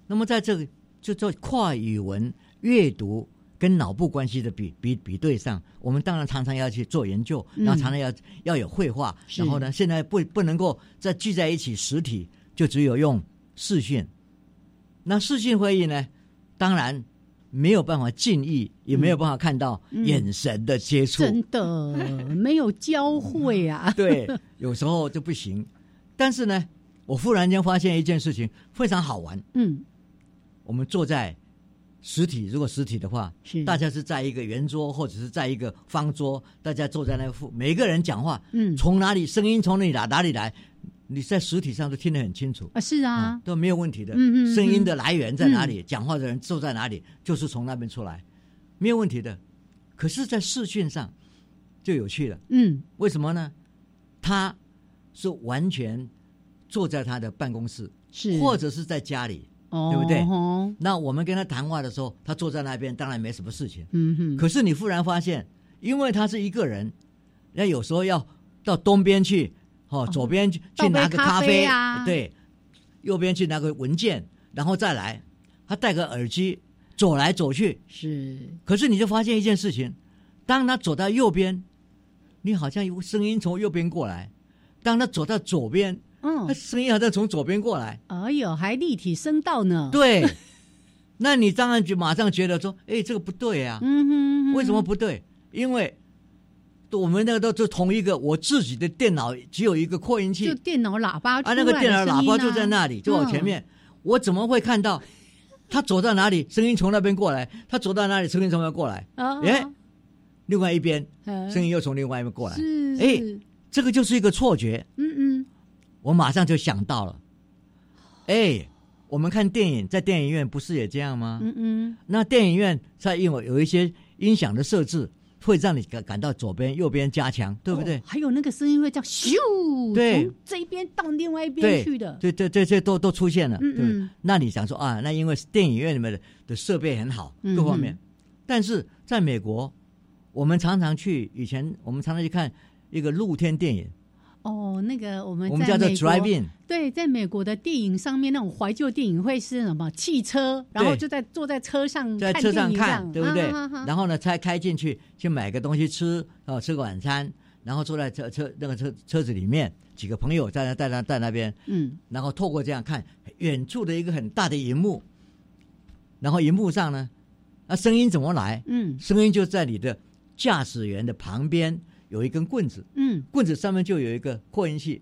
S1: 那么在这个就做跨语文阅读跟脑部关系的比比比对上，我们当然常常要去做研究，
S2: 嗯
S1: 然后常常要要有绘画，
S2: 是
S1: 然后呢，现在不不能够再聚在一起实体，就只有用视讯。那视讯会议呢，当然没有办法敬意，也没有办法看到
S2: 嗯
S1: 眼神的接触，
S2: 真的没有教会 啊，
S1: 对，有时候就不行。但是呢，我忽然间发现一件事情非常好玩。
S2: 嗯，
S1: 我们坐在实体，如果实体的话，
S2: 是
S1: 大家是在一个圆桌或者是在一个方桌，大家坐在那副，每个人讲话，
S2: 嗯
S1: 从哪里声音从哪里来哪里来，你在实体上都听得很清楚
S2: 啊是啊，
S1: 都没有问题的。
S2: 嗯嗯嗯嗯
S1: 声音的来源在哪里，讲话的人坐在哪里，就是从那边出来，没有问题的。可是，在视讯上就有趣了。
S2: 嗯
S1: 为什么呢？他是完全坐在他的办公室，
S2: 是，
S1: 或者是在家里。
S2: 哦
S1: 对不对
S2: 吼
S1: 那我们跟他谈话的时候，他坐在那边，当然没什么事情。
S2: 嗯哼，
S1: 可是你忽然发现，因为他是一个人，那有时候要到东边去，哦，左边去
S2: 倒
S1: 去
S2: 杯
S1: 拿个
S2: 咖
S1: 咖
S2: 啡
S1: 啡
S2: 啊
S1: 对，右边去拿个文件，然后再来，他戴个耳机走来走去。
S2: 是
S1: 可是你就发现一件事情：当他走到右边，你好像有声音从右边过来；当他走到左边，
S2: 嗯
S1: 他，声音好像从左边过来。
S2: 哎呦，还立体声道呢，，
S1: 对，那你当然就马上觉得说：“哎，这个不对啊！
S2: 嗯哼嗯哼，
S1: 为什么不对？因为我们那个都是同一个，我自己的电脑只有一个扩音器
S2: 就电脑喇叭出
S1: 啊，
S2: 来的
S1: 那
S2: 声音
S1: 个
S2: 啊、嗯
S1: 电脑喇叭就在那里，就我前面，我怎么会看到他走到哪里，声音从那边过来？他走到哪里，声音从那边过来？
S2: 嗯，
S1: 哎另外一边
S2: 哎
S1: 声音又从另外一边过来，
S2: 是，
S1: 哎
S2: 是
S1: 这个就是一个错觉。
S2: 嗯嗯，
S1: 我马上就想到了，哎，我们看电影在电影院不是也这样吗？
S2: 嗯嗯，
S1: 那电影院在因为有一些音响的设置，会让你感感到左边、右边加强，对不对？
S2: 哦还有那个声音会叫咻，
S1: 对
S2: 从这一边到另外一边
S1: 对
S2: 去的，
S1: 对，这这这都都出现了。
S2: 哦嗯
S1: 对不对
S2: 嗯
S1: 那你想说啊，那因为电影院里面的的设备很好，
S2: 嗯
S1: 各方面，但是在美国，我们常常去以前我们常常去看一个露天电影，
S2: 哦，那个我们
S1: 我们
S2: 在
S1: 叫做
S2: 美国
S1: drive in。
S2: 对，在美国的电影上面，那种怀旧电影会是什么汽车，然后
S1: 对
S2: 就在坐在车上
S1: 在车上
S2: 嗯电影这样
S1: 看，对不对？
S2: 啊啊啊
S1: 然后呢，才开进去去买个东西吃，哦，吃个晚餐，然后坐在车车那个车车子里面，几个朋友在那在那在那边，
S2: 嗯，
S1: 然后透过这样看远处的一个很大的荧幕，然后荧幕上呢，那声音怎么来？
S2: 嗯
S1: 声音就在你的驾驶员的旁边有一根棍子，
S2: 嗯，
S1: 棍子上面就有一个扩音器，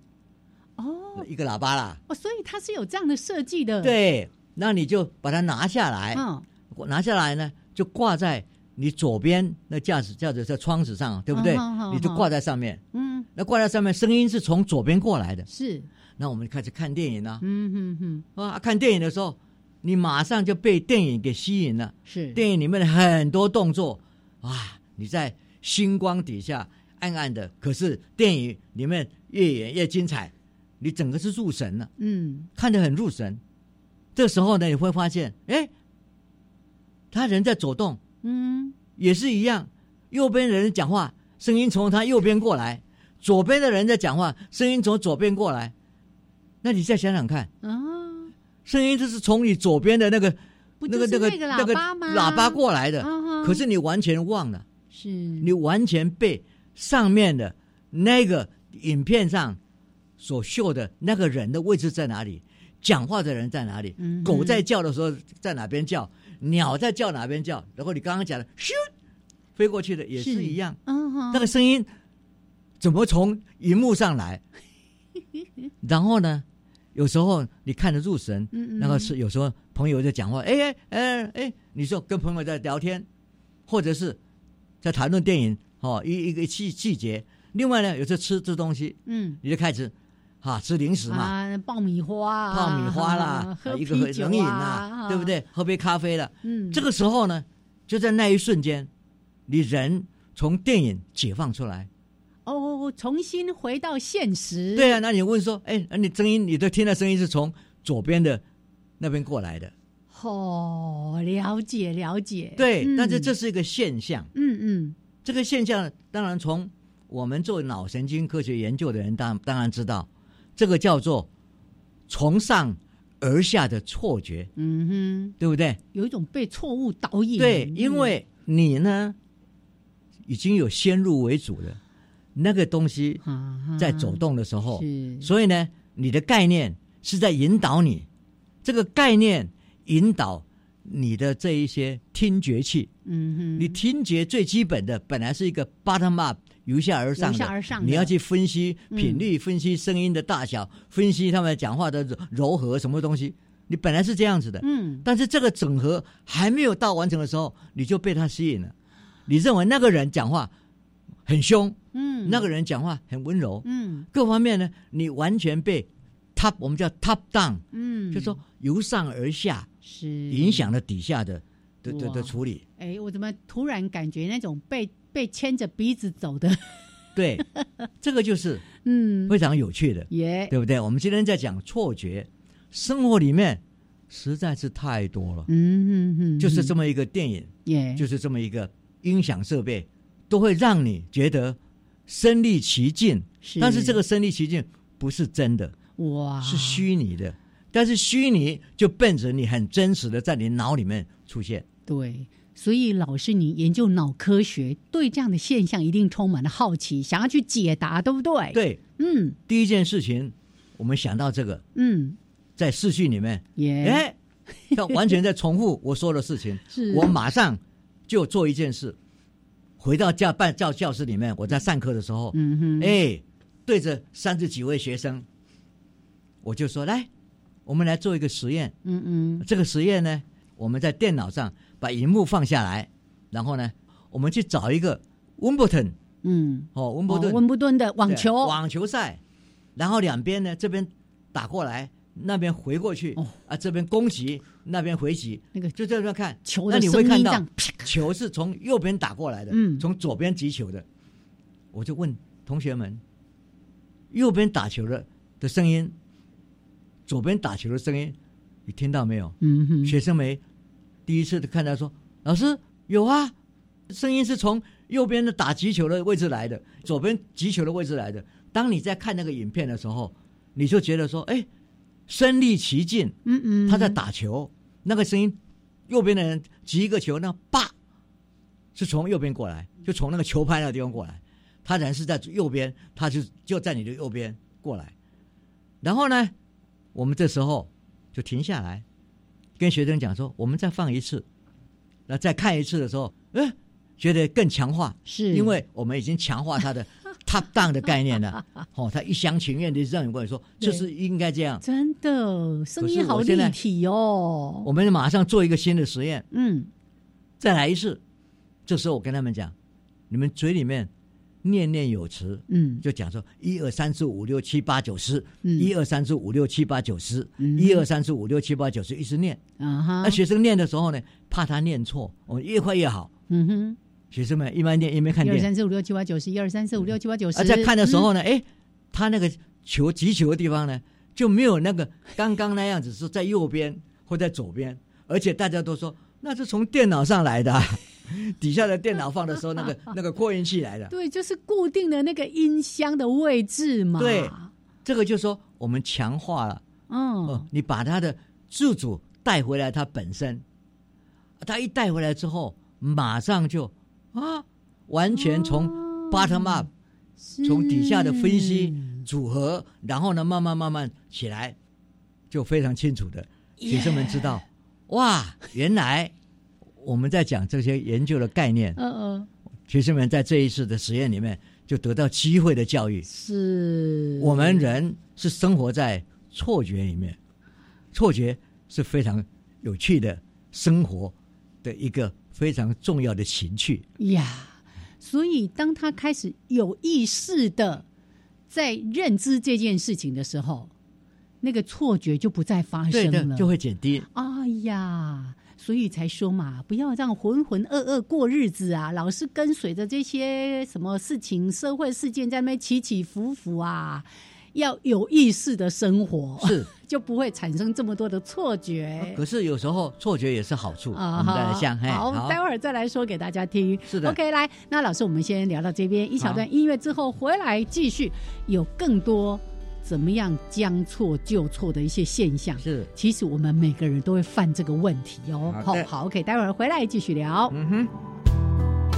S2: 哦
S1: 一个喇叭啦，
S2: 哦，所以它是有这样的设计的，，
S1: 对，那你就把它拿下来，
S2: 嗯，
S1: 我拿下来呢，就挂在你左边那驾驶驾驶在窗子上，啊对不对？
S2: 嗯好好
S1: 你就挂在上面。
S2: 嗯，
S1: 那挂在上面，声音是从左边过来的。
S2: 是，
S1: 那我们开始看电影啦、
S2: 嗯哼哼，
S1: 啊，看电影的时候，你马上就被电影给吸引了。
S2: 是，
S1: 电影里面的很多动作啊，你在星光底下暗暗的，可是电影里面越演越精彩，你整个是入神了。
S2: 嗯，
S1: 看得很入神。这时候呢，你会发现，哎，他人在走动，
S2: 嗯
S1: 也是一样，右边的人讲话，声音从他右边过来；左边的人在讲话，声音从左边过来。那你再想想看，
S2: 啊，
S1: 声音就是从你左边的那个、
S2: 不
S1: 那
S2: 就
S1: 个、
S2: 是那
S1: 那个、
S2: 个
S1: 那
S2: 喇
S1: 个
S2: 叭吗？
S1: 喇叭过来的，
S2: 啊哈
S1: 可是你完全忘了，
S2: 是
S1: 你完全被上面的那个影片上所秀的那个人的位置在哪里，讲话的人在哪里，
S2: 嗯哼
S1: 狗在叫的时候在哪边叫，鸟在叫哪边叫，然后你刚刚讲的咻飞过去的也是一样，，
S2: 嗯哼，
S1: 那个声音怎么从荧幕上 来？然后呢，有时候你看得入神，
S2: 嗯嗯
S1: 那个是有时候朋友在讲话，哎哎哎哎，你说跟朋友在聊天，或者是在谈论电影哦，一一个季季节。另外呢，有时候吃吃东西，
S2: 嗯，
S1: 你就开始哈吃零食嘛，
S2: 啊，爆米花啊，
S1: 爆米花啦，啊
S2: 喝
S1: 一
S2: 啤
S1: 个
S2: 酒
S1: 很冷饮
S2: 啊，
S1: 啦，对不？对？喝杯咖啡了。
S2: 嗯，
S1: 这个时候呢，就在那一瞬间，你人从电影解放出来。
S2: 哦，重新回到现实，
S1: 对啊，那你问说，哎，那你声音，你的听的声音是从左边的那边过来的，
S2: 哦，了解了解，
S1: 对。
S2: 嗯
S1: 但是这是一个现象，
S2: 嗯嗯
S1: 这个现象当然从我们做脑神经科学研究的人当当然知道，这个叫做从上而下的错觉，
S2: 嗯
S1: 对不对
S2: 哼？，有一种被错误导引，
S1: 对，
S2: 嗯
S1: 因为你呢已经有先入为主的那个东西
S2: 啊哈
S1: 在走动的时候，
S2: 是
S1: 所以呢，你的概念是在引导你，这个概念引导你的这一些听觉器。
S2: 嗯哼，
S1: 你听觉最基本的本来是一个 bottom up 由下而上
S2: 由
S1: 的，
S2: 下而上的
S1: 你要去分析
S2: 嗯
S1: 频率、分析声音的大小、分析他们讲话的柔柔和什么东西，你本来是这样子的。
S2: 嗯
S1: 但是这个整合还没有到完成的时候，你就被他吸引了。你认为那个人讲话很凶，
S2: 嗯
S1: 那个人讲话很温柔，
S2: 嗯
S1: 各方面呢，你完全被 top 我们叫 top down，、
S2: 嗯，
S1: 就说由上而下
S2: 是
S1: 影响了底下的的的
S2: 哇
S1: 的处理。
S2: 哎，我怎么突然感觉那种被被牵着鼻子走 的？
S1: 对，这个就是
S2: 嗯，
S1: 非常有趣的，
S2: 耶，
S1: 对不对？我们今天在讲错觉，生活里面实在是太多了，
S2: 嗯嗯嗯，
S1: 就是这
S2: 么
S1: 么一个电影，
S2: 耶，
S1: 就是这么一个音响设备，都会让你觉得身临其境。
S2: 是啊
S1: 但是这个身临其境不是真的，
S2: 哇
S1: 是虚拟的。但是虚拟就奔着你很真实的在你脑里面出现。
S2: 对。所以，老师，你研究脑科学，对这样的现象一定充满了好奇，想要去解答，对不对？，
S1: 对，
S2: 嗯
S1: 第一件事情，我们想到这个，
S2: 嗯，
S1: 在视讯里面，
S2: 耶，，
S1: 哎，他完全在重复我说的事情
S2: 是
S1: 我马上就做一件事，回到教办教教室里面，我在上课的时候，
S2: 嗯哼，
S1: 哎，对着三十几位学生，我就说来，我们来做一个实验。
S2: 嗯嗯，
S1: 这个实验呢，我们在电脑上把荧幕放下来，然后呢，我们去找一个温布顿
S2: 嗯，
S1: 哦，温布顿、
S2: 哦温布顿的网
S1: 对
S2: 球，
S1: 网球赛，然后两边呢，这边打过来，那边回过去，
S2: 哦
S1: 啊，这边攻击，那边回击，
S2: 那个
S1: 就这边看
S2: 球的
S1: 那你
S2: 声
S1: 会看
S2: 音这
S1: 到
S2: 样，啪
S1: 球是从右边打过来的，
S2: 嗯
S1: 从左边击球的。我就问同学们，右边打球的的声音，左边打球的声音，你听到没有？
S2: 嗯哼，
S1: 学生没第一次看到说，老师有啊，声音是从右边的打击球的位置来的，左边击球的位置来的。当你在看那个影片的时候，你就觉得说，哎，身临其境，
S2: 嗯嗯，
S1: 他在打球，那个声音，右边的人击一个球，那叭，是从右边过来，就从那个球拍那个地方过来，他人是在右边，他就就在你的右边过来。然后呢，我们这时候就停下来，跟学生讲说，我们再放一次，那再看一次的时候，哎，觉得更强化，
S2: 是
S1: 因为我们已经强化他的 top down 的概念了。哦，他一厢情愿的认为说，
S2: 对
S1: 就是应该这样。
S2: 真的声音
S1: 可是
S2: 好
S1: 我
S2: 立
S1: 现在
S2: 体哦，
S1: 我们马上做一个新的实验，
S2: 嗯，
S1: 再来一次。这时候我跟他们讲，你们嘴里面念念有词，
S2: 嗯
S1: 就讲说一二三四五六七八九十，
S2: 嗯
S1: 一二三四五六七八九十，
S2: 嗯
S1: 一二三四五六七八九十，一直念。
S2: 啊哈，
S1: 那学生念的时候呢，怕他念错，我们越快越好。
S2: 嗯哼，
S1: 学生们一边念一边看
S2: 一二
S1: 电
S2: 三四五六七八九十，一二三四五六七八九
S1: 而
S2: 十，
S1: 在看的
S2: 嗯
S1: 时候呢，哎、他那个球击球的地方呢，就没有那个刚刚那样子是在右边或在左边，而且大家都说那是从电脑上来的啊、 底下的电脑放的时候那个那个扩音器来的
S2: 嗯，，对，就是固定的那个音箱的位置嘛，
S1: 对这个就说我们强化了，哦
S2: 嗯，，
S1: 你把它的自主带回来，它本身，它一带回来之后，马上就啊，完全从
S2: 啊
S1: bottom up 从底下的分析
S2: 嗯
S1: 组合，然后呢，慢慢慢慢起来，就非常清楚的学生们知道哇，原来我们在讲这些研究的概念
S2: 是，，嗯嗯，
S1: 学生们在这一次的实验里面就得到机会的教育。
S2: 是
S1: 我们人是生活在错觉里面，错觉是非常有趣的生活的一个非常重要的情趣。
S2: 呀，所以当他开始有意识的在认知这件事情的时候，那个错觉就不再发
S1: 对
S2: 生
S1: 的，
S2: 了。
S1: 就会减低。
S2: 哎呀，所以才说嘛，不要让浑浑噩噩过日子啊，老是跟随着这些什么事情、社会事件在那边起起伏伏啊，要有意识的生活，
S1: 是，
S2: 就不会产生这么多的错觉。
S1: 可是有时候错觉也是好处。
S2: 啊
S1: 我们再来
S2: 哈
S1: 想，嘿
S2: 哎好，待会儿再来说给大家听。
S1: 是的
S2: OK，来，那老师，我们先聊到这边，一小段音乐之后回来继续，有更多怎么样将错就错的一些现象。
S1: 是，
S2: 其实我们每个人都会犯这个问题哦。
S1: 好的
S2: 好，OK，待会儿回来继续聊。
S1: 嗯哼。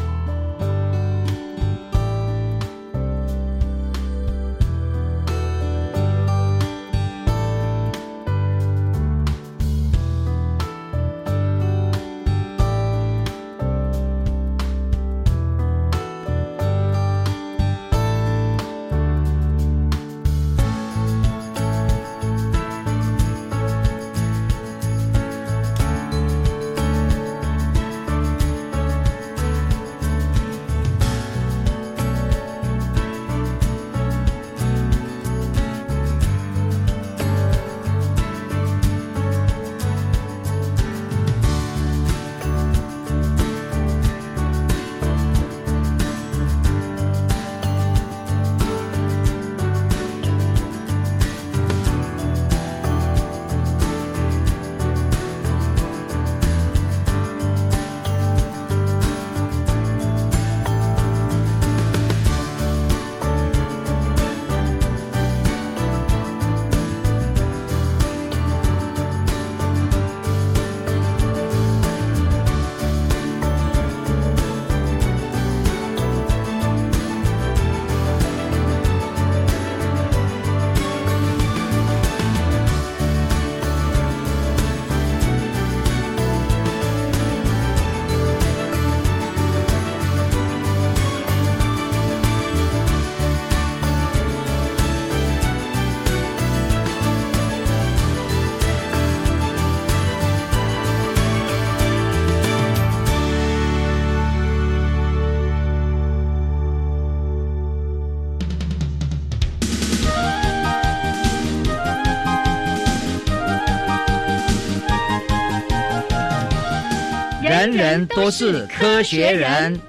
S1: 人人都是科学人。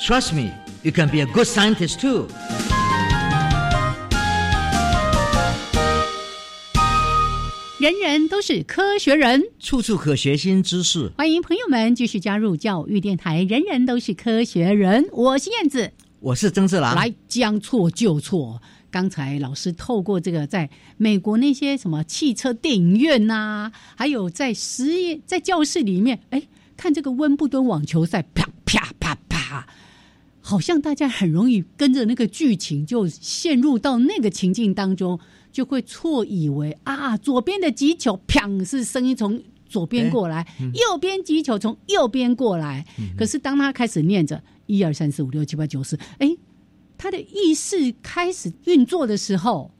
S1: Trust me, you can be a good scientist too.
S2: 人人都是科学人，
S1: 处处可学新知识。
S2: 欢迎朋友们继续加入教育电台。人人都是科学人，我是燕子。
S1: 我是曾志郎，
S2: 来将错就错。刚才老师透过这个，在美国那些什么汽车电影院呐、还有在实验在教室里面，哎，看这个温布顿网球赛，啪啪啪啪，好像大家很容易跟着那个剧情就陷入到那个情境当中，就会错以为啊，左边的击球，砰是声音从左
S1: 哎
S2: 边过来，
S1: 嗯
S2: 右边击球从右边过来。可是当他开始念着一二三四五六七八九十，哎，他的意识开始运作的时候，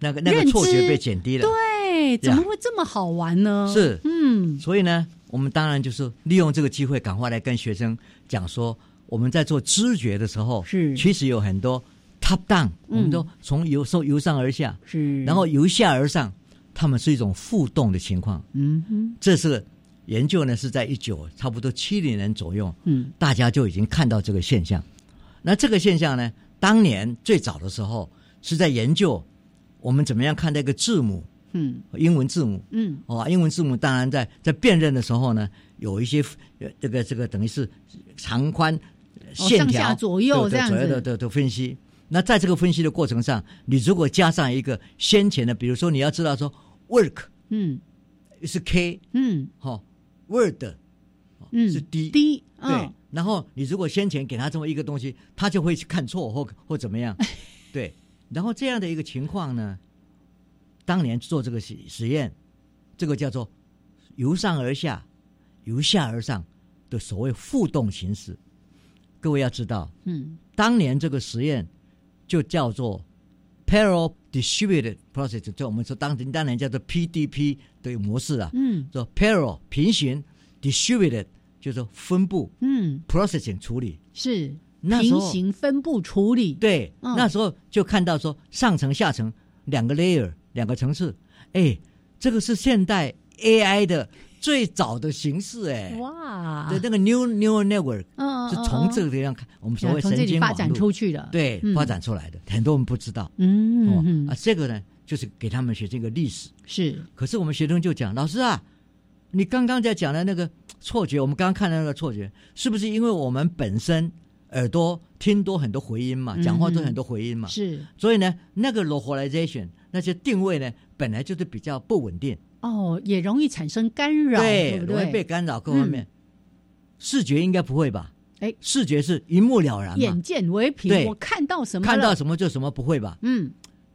S1: 那个那
S2: 认
S1: 个
S2: 知
S1: 错觉被减低了。
S2: 对，怎么会这么好玩呢？
S1: 是
S2: 嗯，
S1: 所以呢，我们当然就是利用这个机会，赶快来跟学生讲说，我们在做知觉的时候，
S2: 是嗯
S1: 其实有很多 top down，、我们都从由从由上而下，
S2: 是，
S1: 然后由下而上，他们是一种互动的情况。
S2: 嗯哼
S1: 这是研究呢是在一九差不多七零年左右，
S2: 嗯，
S1: 大家就已经看到这个现象。那这个现象呢，当年最早的时候是在研究我们怎么样看待一个字母，
S2: 嗯
S1: 英文字母。
S2: 嗯
S1: 哦，英文字母当然在在辨认的时候呢，有一些呃这个这个等于是长宽线
S2: 上
S1: 条、
S2: 哦下左右
S1: 对对
S2: 这样子
S1: 左右的的的分析。那在这个分析的过程上，你如果加上一个先前的，比如说你要知道说 work
S2: 嗯
S1: 是 k
S2: 嗯
S1: 哈、哦、，word
S2: 嗯，
S1: 哦是 d、
S2: 低，
S1: 对
S2: 嗯，，
S1: 然后你如果先前给他这么一个东西，他就会去看错或或怎么样， 对。然后这样的一个情况呢，当年做这个实实验，这个叫做由上而下、由下而上的所谓互动形式。各位要知道，
S2: 嗯
S1: 当年这个实验就叫做 Parallel Distributed Process，就我们说当当年叫做 PDP 的模式啊，
S2: 嗯
S1: 说 Parallel 平行 Distributed 就是分布
S2: 嗯，
S1: processing 处理。
S2: 是
S1: 那时
S2: 平
S1: 候
S2: 行分布处理，
S1: 对，
S2: 嗯
S1: 那时候就看到说上层下层两个 layer 两个层次，哎，这个是现代 AI 的最早的形式哎。
S2: 哇，
S1: 对，那个 new neural network
S2: 嗯，嗯
S1: 是从这个地方看，我们所
S2: 嗯
S1: 谓
S2: 从这
S1: 神
S2: 里
S1: 经
S2: 发
S1: 网
S2: 展
S1: 络
S2: 出去的，
S1: 对
S2: 嗯
S1: 发展出来的，很多人不知道哦
S2: 嗯，
S1: 啊
S2: 嗯，
S1: 这个呢就是给他们学这个历史。
S2: 是
S1: 可是我们学生就讲，老师啊，你刚刚在讲的那个错觉，我们刚刚看的那个错觉，是不是因为我们本身耳朵听多很多回音嘛，
S2: 嗯
S1: 讲话都很多回音嘛，
S2: 是
S1: 所以呢，那个 localization 那些定位呢，本来就是比较不稳定，
S2: 哦，也容易产生干扰，对不
S1: 容易被
S2: 对？
S1: 干扰各方面。视觉应该不会吧？
S2: 哎
S1: 视觉是一目了然嘛
S2: 眼，见为凭，
S1: 对
S2: 我看到什么了，
S1: 看到什么就什么，不会吧？
S2: 嗯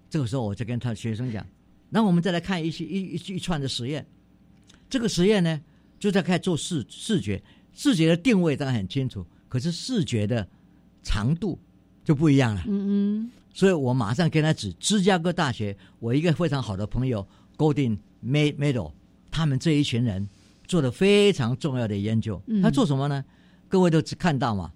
S1: 这个时候我就跟他学生讲，那我们再来看一些一一一一串的实验。这个实验呢，就在开始做视视觉，视觉的定位当然很清楚，可是视觉的长度就不一样了。
S2: 嗯
S1: 所以我马上跟他指芝加哥大学，我一个非常好的朋友 Golden May- Meadow，他们这一群人做了非常重要的研究
S2: 嗯。
S1: 他做什么呢？各位都只看到嘛，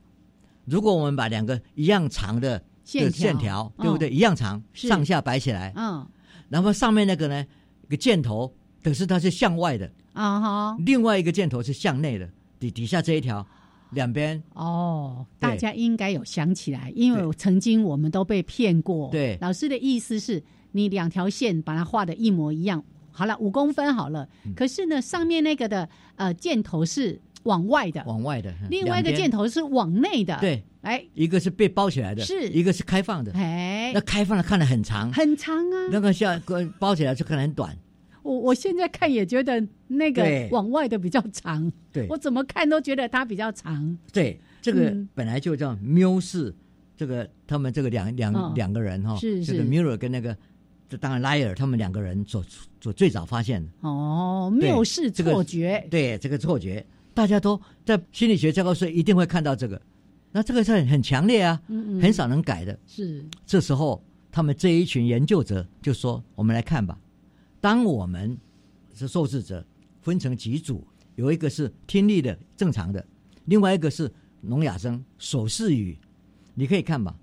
S1: 如果我们把两个一样长的
S2: 线
S1: 的
S2: 条
S1: 线条，对不对？
S2: 哦
S1: 一样长，
S2: 是
S1: 上下摆起来
S2: 嗯，嗯
S1: 然后上面那个呢，一个箭头，可是它是向外的；
S2: 啊哈，
S1: 另外一个箭头是向内的，底底下这一条，两边
S2: 哦，
S1: 对
S2: 大家应该有想起来，因为我曾经我们都被骗过。
S1: 对
S2: 老师的意思是你两条线把它画的一模一样，好了，五公分好了。
S1: 嗯
S2: 可是呢，上面那个的呃箭头是往外的，
S1: 往外的，嗯
S2: 另外一个
S1: 两边
S2: 箭头是往内的。，
S1: 对，
S2: 哎
S1: 一个是被包起来的，
S2: 是
S1: 一个是开放的。
S2: 哎
S1: 那，开放的看得很长，
S2: 很长啊！
S1: 那个像包起来就看得很短。
S2: 我我现在看也觉得那个
S1: 对
S2: 往外的比较长，
S1: 对
S2: 我怎么看都觉得它比较长。
S1: 对，这个
S2: 嗯
S1: 本来就叫缪氏，这个他们这个两两、
S2: 嗯
S1: 两个人哈、
S2: 是
S1: 就是
S2: 是
S1: Muir 跟那个这当然 Liar 他们两个人所所最早发现的。
S2: 哦，
S1: 对
S2: 谬视
S1: 这个
S2: 错觉，
S1: 对这个错觉，大家都在心理学教科书一定会看到这个。那这个是很很强烈啊，
S2: 嗯嗯
S1: 很少能改的。
S2: 是
S1: 这时候，他们这一群研究者就说：“我们来看吧，当我们是受试者分成几组，有一个是听力的正常的，另外一个是聋哑声手势语，你可以看吧，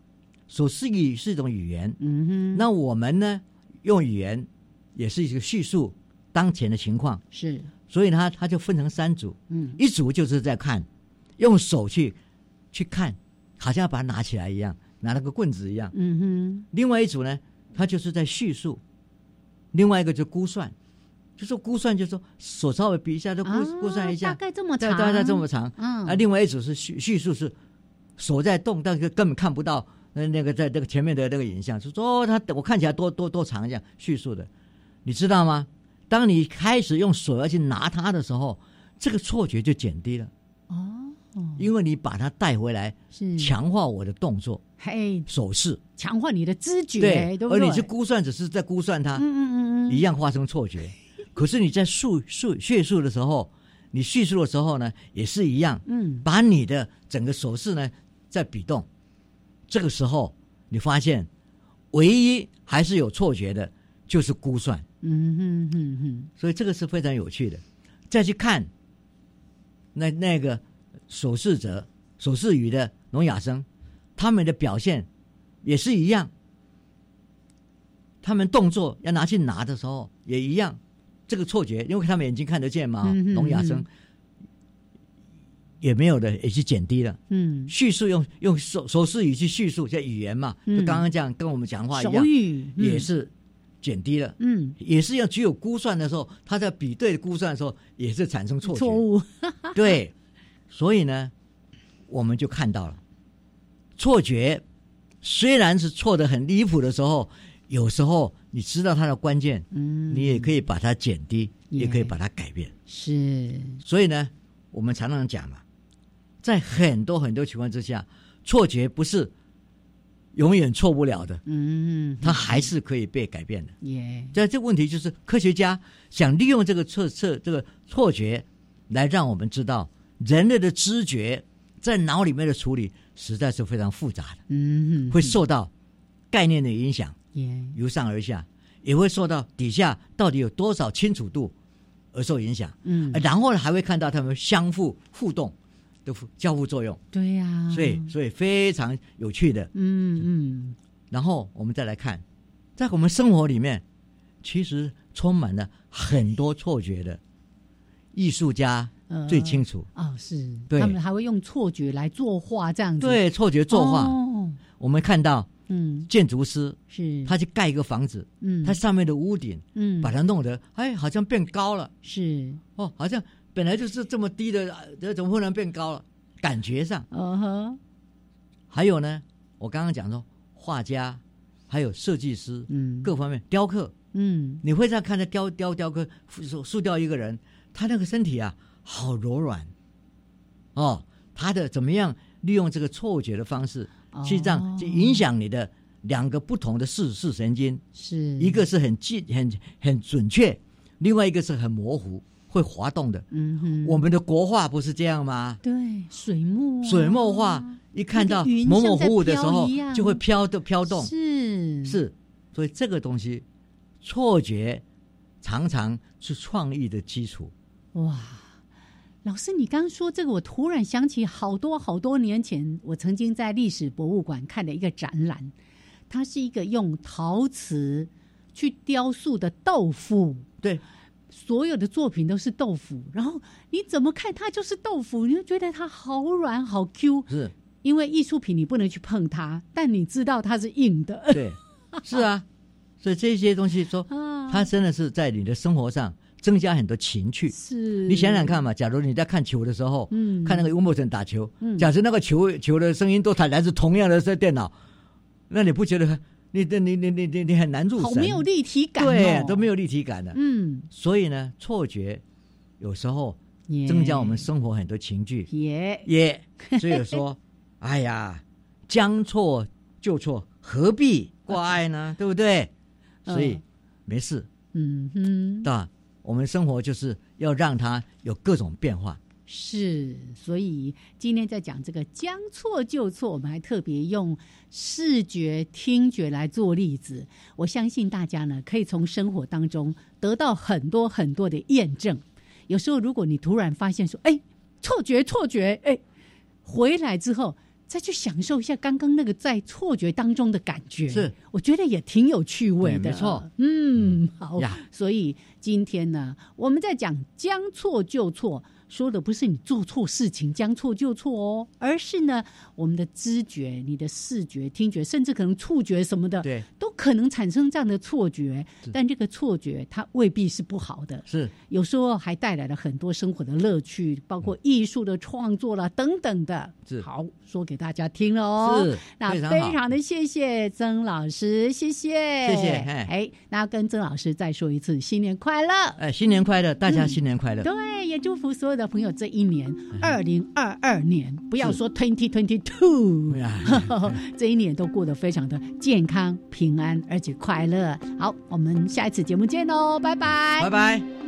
S1: 手势语是一种语言，
S2: 嗯哼，
S1: 那我们呢用语言也是一个叙述当前的情况，
S2: 是
S1: 所以呢，它就分成三组，
S2: 嗯。
S1: 一组就是在看，用手去去看，好像要把它拿起来一样，拿了个棍子一样。
S2: 嗯
S1: 另外一组呢，他就是在叙述；另外一个就估算，就说估算，就说手稍微比一下，就
S2: 哼，
S1: 估、
S2: 啊
S1: 估算一下，
S2: 大概这么
S1: 对
S2: 长，
S1: 大概这么长。
S2: 嗯
S1: 啊，另外一组是叙叙述是手在动，但是根本看不到那那个在那个前面的那个影像，就说哦，他我看起来多多多长这样叙述的，你知道吗？当你开始用手要去拿它的时候，这个错觉就减低了，
S2: 哦，
S1: 因为你把它带回来，
S2: 是，
S1: 强化我的动作、
S2: 嘿，
S1: 手势，
S2: 强化你的知觉，
S1: 对，
S2: 对不
S1: 而
S2: 对？
S1: 你是估算只是在估算它，
S2: 嗯嗯嗯
S1: 一
S2: 嗯，
S1: 样发生错觉。可是你在述述叙述的时候，你叙述的时候呢，也是一样，
S2: 嗯，
S1: 把你的整个手势呢在比动。这个时候，你发现唯一还是有错觉的，就是估算。
S2: 嗯哼哼哼，
S1: 所以这个是非常有趣的。再去看那那个手势者、手势语的聋哑声，他们的表现也是一样。他们动作要拿去拿的时候也一样，这个错觉，因为他们眼睛看得见嘛，
S2: 嗯哼
S1: 聋哑
S2: 嗯
S1: 声也没有的，也是减低了。
S2: 嗯，
S1: 叙述用用手手势语去叙述，叫语言嘛，就
S2: 嗯
S1: 刚刚这样跟我们讲话一
S2: 手
S1: 样，
S2: 语嗯
S1: 也是减低了。
S2: 嗯，
S1: 也是要只有估算的时候，他在比对估算的时候也是产生错觉，
S2: 错误，
S1: 对，所以呢，我们就看到了错觉，虽然是错的很离谱的时候，有时候你知道它的关键，
S2: 嗯，
S1: 你也可以把它减低，
S2: 也
S1: 也可以把它改变。
S2: 是，
S1: 所以呢，我们常常讲嘛，在很多很多情况之下，错觉不是永远错不了的，
S2: 嗯，
S1: 它还是可以被改变的。
S2: 也
S1: 但这问题就是科学家想利用这个错错这个错觉，来让我们知道人类的知觉在脑里面的处理实在是非常复杂的，
S2: 嗯哼，
S1: 会受到概念的影响，
S2: 也
S1: 由上而下，也会受到底下到底有多少清楚度而受影响。
S2: 嗯，
S1: 然后呢，还会看到他们相互互动的互交互作用，
S2: 对呀、
S1: 所以所以非常有趣的。
S2: 嗯嗯，
S1: 然后我们再来看，在我们生活里面，其实充满了很多错觉的，艺术家
S2: 呃
S1: 最清楚。
S2: 哦，是，
S1: 对
S2: 他们还会用错觉来作画这样子，，
S1: 对错觉作画，
S2: 嗯哦、
S1: 我们看到
S2: 嗯，
S1: 建筑师
S2: 是，
S1: 他去盖一个房子，
S2: 嗯，
S1: 他上面的屋顶
S2: 嗯，
S1: 把它弄得哎好像变高了
S2: 是，
S1: 哦，好像本来就是这么低的，呃这怎么忽然变高了？感觉上，
S2: 呃呵，
S1: 还有呢，我刚刚讲说画家，还有设计师，
S2: 嗯，
S1: 各方面雕刻，
S2: 嗯
S1: 你会在看他雕雕雕刻塑塑雕一个人，他那个身体啊，好柔软，哦，他的怎么样利用这个错觉的方式，去让
S2: 哦
S1: 去影响你的两个不同的视视神经，
S2: 是
S1: 一，个是很近很很准确，另外一个是很模糊会滑动的。
S2: 嗯哼，
S1: 我们的国画不是这样吗？
S2: 对水墨、啊
S1: 水墨画一看到
S2: 哦那个云
S1: 模模糊糊的时
S2: 像在飘啊
S1: 候
S2: 一样，
S1: 就会飘的飘动，
S2: 是
S1: 是，所以这个东西错觉常常是创意的基础。
S2: 哇，老师，你刚说这个，我突然想起好多好多年前，我曾经在历史博物馆看的一个展览，它是一个用陶瓷去雕塑的豆腐。
S1: 对，
S2: 所有的作品都是豆腐，然后你怎么看它就是豆腐，你就觉得它好软好 Q，
S1: 是，
S2: 因为艺术品你不能去碰它，但你知道它是硬的
S1: 对，是啊，所以这些东西说，
S2: 啊。
S1: 它真的是在你的生活上增加很多情趣。
S2: 是
S1: 你想想，看嘛，假如你在看球的时候，
S2: 嗯
S1: 看那个温布顿打球，
S2: 嗯
S1: 假设那个球球的声音都它来自同样的这电脑，那你不觉得你你你你你你你很难入神？
S2: 好没有立体感、哦，
S1: 对，都没
S2: 有，
S1: 有立体感的。
S2: 嗯，
S1: 所以呢，错觉有时候
S2: 耶
S1: 增加我们生活很多情趣，
S2: 耶，
S1: 也所以说，哎呀，将错就错，何必挂碍呢？对不对？
S2: 嗯
S1: 所以没事
S2: 嗯哼，
S1: 的，我们生活就是要让它有各种变化。
S2: 是，所以今天在讲这个将错就错，我们还特别用视觉、听觉来做例子。我相信大家呢，可以从生活当中得到很多很多的验证。有时候，如果你突然发现说，哎，错觉，错觉，哎，回来之后再去享受一下刚刚那个在错觉当中的感觉，
S1: 是，
S2: 我觉得也挺有趣味的。
S1: 对没错，
S2: 嗯，好
S1: 呀
S2: 所以今天呢，我们在讲将错就错，说的不是你做错事情将错就错哦，而是呢，我们的知觉、你的视觉、听觉，甚至可能触觉什么的，
S1: 对，
S2: 都可能产生这样的错觉
S1: 是。
S2: 但这个错觉它未必是不好的，
S1: 是
S2: 有时候还带来了很多生活的乐趣，包括艺术的创作啦等等的
S1: 是。
S2: 好，说给大家听了哦。
S1: 是，
S2: 那
S1: 非常
S2: 非
S1: 好
S2: 常的谢谢曾老师，谢谢，
S1: 谢谢嘿
S2: 哎，那跟曾老师再说一次新年快乐。
S1: 哎，新年快乐，大家新年快乐。
S2: 对，也祝福所有的朋友这一年，
S1: 嗯
S2: 二零二二年，不要说 twenty twenty two，
S1: 哎呀
S2: 这一年都过得非常的健哦康、平安，而且快乐。好，我们下一次节目见喽，拜拜，
S1: 拜拜。